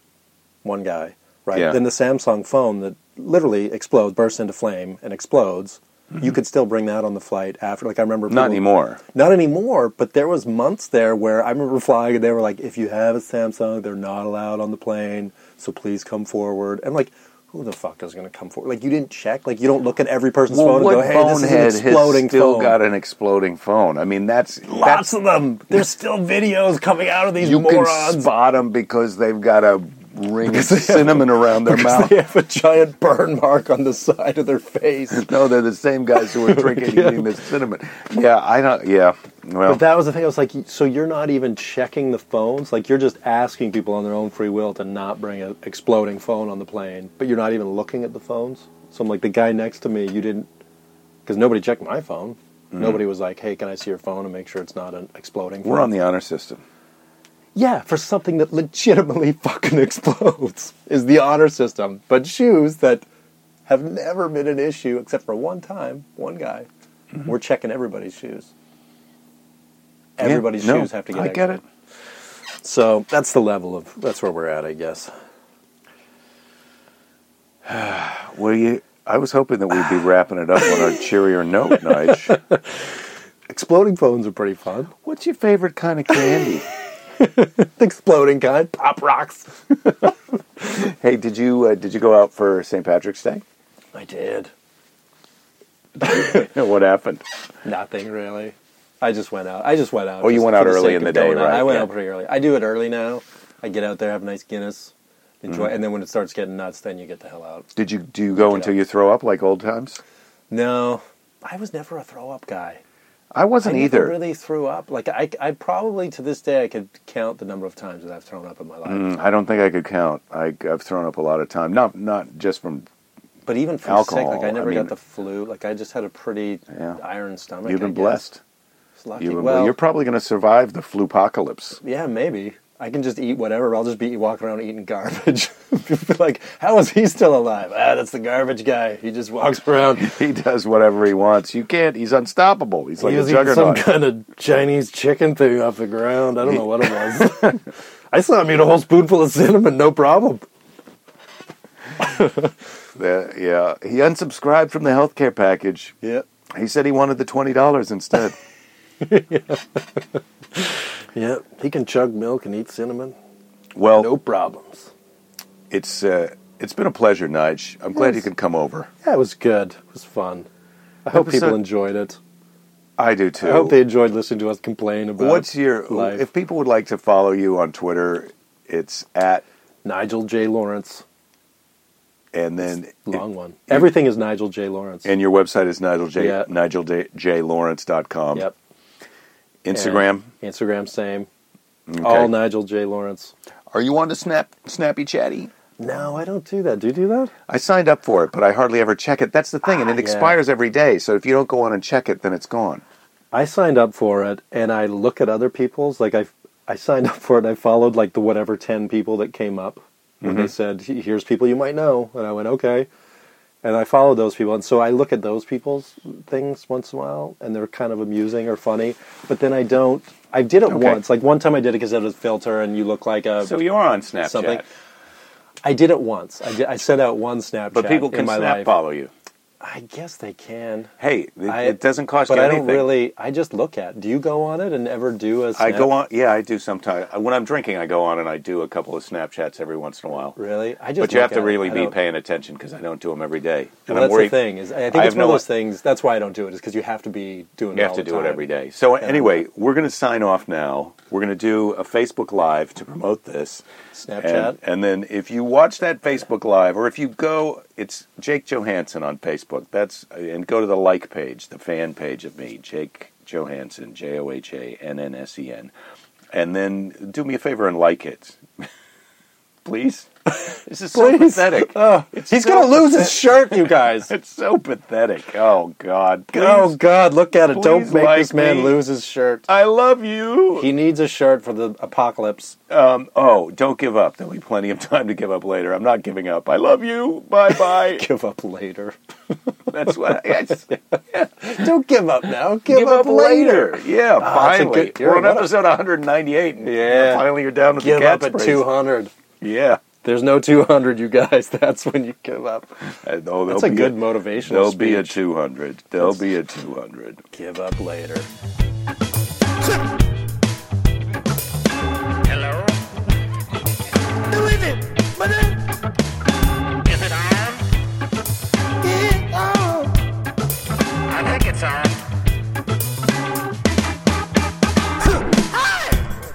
Speaker 2: One guy, right?
Speaker 1: Yeah.
Speaker 2: Then the Samsung phone that literally explodes, bursts into flame, and explodes. You could still bring that on the flight after. Like I remember,
Speaker 1: Mm-hmm. Not
Speaker 2: people-
Speaker 1: anymore.
Speaker 2: Not anymore. But there was months there where I remember flying, and they were like, "If you have a Samsung, they're not allowed on the plane, so please come forward." And like. Who the fuck is going to come forward? Like you didn't check. Like you don't look at every person
Speaker 1: Well,
Speaker 2: phone and
Speaker 1: what
Speaker 2: go, hey, this is an
Speaker 1: bonehead
Speaker 2: exploding
Speaker 1: has still
Speaker 2: phone.
Speaker 1: got an exploding phone? I mean, that's
Speaker 2: Lots of them. There's still videos coming out of these
Speaker 1: you can
Speaker 2: morons.
Speaker 1: spot them because they've got a ring of cinnamon around their mouth.
Speaker 2: They have a giant burn mark on the side of their face.
Speaker 1: no, they're the same guys who were drinking eating this cinnamon. Yeah, I don't. Yeah, well,
Speaker 2: But that was the thing. I was like, so you're not even checking the phones? Like you're just asking people on their own free will to not bring an exploding phone on the plane, but you're not even looking at the phones. So I'm like, the guy next to me, you didn't, because nobody checked my phone. Nobody was like, hey, can I see your phone and make sure it's not an exploding?
Speaker 1: Mm-hmm. we're
Speaker 2: phone?
Speaker 1: on the honor system.
Speaker 2: Yeah, for something that legitimately fucking explodes is the honor system. But shoes that have never been an issue except for one time, one guy. We're checking everybody's shoes.
Speaker 1: Mm-hmm. Yeah,
Speaker 2: Everybody's
Speaker 1: no,
Speaker 2: shoes have to get.
Speaker 1: I get it.
Speaker 2: So that's the level of that's where we're at, I guess.
Speaker 1: Well, you. I was hoping that we'd be wrapping it up on a cheerier note, Nige.
Speaker 2: Exploding phones are pretty fun.
Speaker 1: What's your favorite kind of candy?
Speaker 2: The exploding kind, pop rocks.
Speaker 1: hey, did you uh, did you go out for St. Patrick's Day?
Speaker 2: I did.
Speaker 1: what happened?
Speaker 2: Nothing really. I just went out. I just went out.
Speaker 1: Oh, you
Speaker 2: just
Speaker 1: went out
Speaker 2: for the
Speaker 1: early
Speaker 2: sake
Speaker 1: in the
Speaker 2: of
Speaker 1: day,
Speaker 2: going out.
Speaker 1: right?
Speaker 2: I went
Speaker 1: Yeah.
Speaker 2: out pretty early. I do it early now. I get out there, have a nice Guinness, enjoy,
Speaker 1: Mm-hmm.
Speaker 2: and then when it starts getting nuts, then you get the hell out.
Speaker 1: Did you do you go until you throw up like old times?
Speaker 2: No, I was never a throw up guy.
Speaker 1: I
Speaker 2: I
Speaker 1: wasn't
Speaker 2: never
Speaker 1: either.
Speaker 2: really threw up. Like I, I probably to this day I could count the number of times that I've thrown up in my life.
Speaker 1: Mm, I don't think I could count. I, I've thrown up a lot of time. Not not just from.
Speaker 2: But even from sick,
Speaker 1: Alcohol,
Speaker 2: like I
Speaker 1: I
Speaker 2: never
Speaker 1: mean-
Speaker 2: got the flu. Like I just had a pretty
Speaker 1: Yeah.
Speaker 2: iron stomach.
Speaker 1: You've
Speaker 2: I
Speaker 1: been
Speaker 2: guess.
Speaker 1: blessed.
Speaker 2: It's lucky.
Speaker 1: You've been,
Speaker 2: well,
Speaker 1: You're probably going to survive the flupocalypse.
Speaker 2: Yeah, maybe. I can just eat whatever. I'll just be walking around eating garbage. People be like, how is he still alive? Ah, that's the garbage guy. He just walks around.
Speaker 1: He does whatever he wants. You can't. He's unstoppable. He's like
Speaker 2: he
Speaker 1: a
Speaker 2: was eating
Speaker 1: juggernaut.
Speaker 2: some kind of Chinese chicken thing off the ground. I don't know what it was. I saw him eat a whole spoonful of cinnamon, no problem.
Speaker 1: The- yeah, he unsubscribed from the healthcare package.
Speaker 2: Yeah.
Speaker 1: He said he wanted the twenty dollars instead.
Speaker 2: Yeah. He can chug milk and eat cinnamon.
Speaker 1: Well,
Speaker 2: No problems.
Speaker 1: it's uh, it's been a pleasure, Nige. I'm glad you
Speaker 2: Yes.
Speaker 1: could come over.
Speaker 2: Yeah, it was good. It was fun. I hope
Speaker 1: Episode-
Speaker 2: people enjoyed it.
Speaker 1: I do too.
Speaker 2: I hope they enjoyed listening to us complain about
Speaker 1: What's your?
Speaker 2: life.
Speaker 1: If people would like to follow you on Twitter, it's at
Speaker 2: Nigel J. Lawrence.
Speaker 1: and then
Speaker 2: Long one. Everything is Nigel J. Lawrence.
Speaker 1: and your website is Nigel J
Speaker 2: Yeah.
Speaker 1: Nigel J, J Lawrence.com.
Speaker 2: yep.
Speaker 1: Instagram.
Speaker 2: And Um, Instagram, same.
Speaker 1: Okay.
Speaker 2: All Nigel J. Lawrence.
Speaker 1: Are you on to snap snappy chatty?
Speaker 2: No, I don't do that. Do you do that?
Speaker 1: I signed up for it, but I hardly ever check it. That's the thing, and
Speaker 2: Ah,
Speaker 1: it
Speaker 2: yeah.
Speaker 1: expires every day. So if you don't go on and check it, then it's gone.
Speaker 2: I signed up for it, and I look at other people's. Like I, I signed up for it. And I followed like the whatever ten people that came up. And They said, "He- "Here's people you might know," and I went, "Okay." And I followed those people, and so I look at those people's things once in a while, and they're kind of amusing or funny. But then I don't. I did it
Speaker 1: Okay.
Speaker 2: once. Like one time, I did it because it was filter, and you look like a
Speaker 1: So you are on Snapchat,
Speaker 2: something. I did it once. I, did, I sent out one Snapchat.
Speaker 1: but people
Speaker 2: in
Speaker 1: can
Speaker 2: my
Speaker 1: snap
Speaker 2: life.
Speaker 1: follow you.
Speaker 2: I guess they can.
Speaker 1: Hey, it,
Speaker 2: I-
Speaker 1: it doesn't cost
Speaker 2: But
Speaker 1: you
Speaker 2: I
Speaker 1: anything.
Speaker 2: don't really. I just look at. Do you go on it and ever do a?
Speaker 1: I
Speaker 2: Snap?
Speaker 1: go on. Yeah, I do sometimes. When I'm drinking, I go on and I do a couple of Snapchats every once in a while.
Speaker 2: Really? I just.
Speaker 1: But you have to
Speaker 2: look at it.
Speaker 1: really
Speaker 2: I
Speaker 1: be
Speaker 2: don't-
Speaker 1: paying attention because I don't do them every day. And
Speaker 2: Well,
Speaker 1: I'm
Speaker 2: that's
Speaker 1: worried.
Speaker 2: the thing. Is I think
Speaker 1: I have
Speaker 2: it's one of
Speaker 1: no-
Speaker 2: those things. That's why I don't do it. Is because you have to be doing.
Speaker 1: You
Speaker 2: it
Speaker 1: have
Speaker 2: all
Speaker 1: to
Speaker 2: the
Speaker 1: do it
Speaker 2: time.
Speaker 1: every day. So anyway, we're going to sign off now. We're going to do a Facebook Live to promote this.
Speaker 2: Snapchat.
Speaker 1: And, and then if you watch that Facebook Live, or if you go, it's Jake Johansson on Facebook. That's and go to the like page, the fan page of me, Jake Johansson, J O H A N N S E N, and then do me a favor and like it, please. This is so
Speaker 2: Please. Oh,
Speaker 1: pathetic. It's
Speaker 2: He's
Speaker 1: so
Speaker 2: gonna lose his shirt, you guys.
Speaker 1: It's so pathetic. Oh God. Please.
Speaker 2: oh God! Look at it. Don't
Speaker 1: please
Speaker 2: make
Speaker 1: like
Speaker 2: this man
Speaker 1: me.
Speaker 2: lose his shirt.
Speaker 1: I love you.
Speaker 2: He needs a shirt for the apocalypse.
Speaker 1: Um, oh, don't give up. There'll be plenty of time to give up later. I'm not giving up. I love you. Bye bye.
Speaker 2: Give up later.
Speaker 1: That's what. Yes. Give,
Speaker 2: don't give up now. Give, up, later.
Speaker 1: Yeah.
Speaker 2: it's a
Speaker 1: finally,
Speaker 2: good-
Speaker 1: we're on
Speaker 2: what a-
Speaker 1: episode 198. And
Speaker 2: Yeah.
Speaker 1: Finally, you're down with
Speaker 2: Give
Speaker 1: the cat's
Speaker 2: up at
Speaker 1: praise.
Speaker 2: two hundred.
Speaker 1: Yeah. Uh,
Speaker 2: There's no two hundred, you guys. That's when you give up.
Speaker 1: And, oh,
Speaker 2: That's
Speaker 1: there'll
Speaker 2: a
Speaker 1: be
Speaker 2: good motivational.
Speaker 1: There'll
Speaker 2: speech.
Speaker 1: be a 200. There'll be a 200.
Speaker 2: give up later.
Speaker 3: Hello? Who is it? Mother? Is it on? It's on. I think it's on.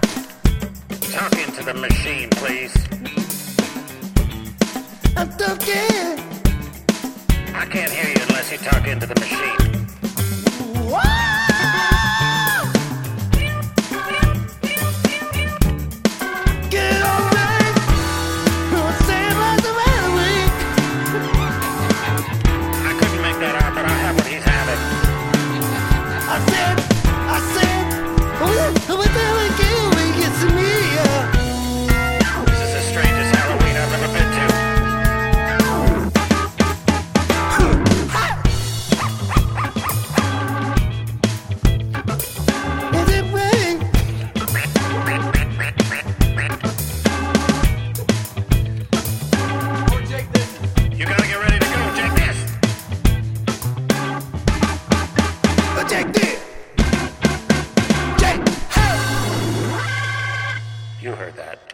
Speaker 3: Talk into the machine, please.
Speaker 4: I'm talking.
Speaker 3: I can't hear you unless you talk into the machine.
Speaker 4: Wow! Get on back. Don't say what's the matter with
Speaker 3: I couldn't make that out, but I have what he's having.
Speaker 4: you. I said, I said, what, what the hell again when it gets to me? Uh,
Speaker 3: This is the strangest Halloween I've ever been to.
Speaker 4: is it rain?
Speaker 3: You gotta get ready to go. Check this.
Speaker 4: Oh, check this. Check. Hey.
Speaker 3: You heard that.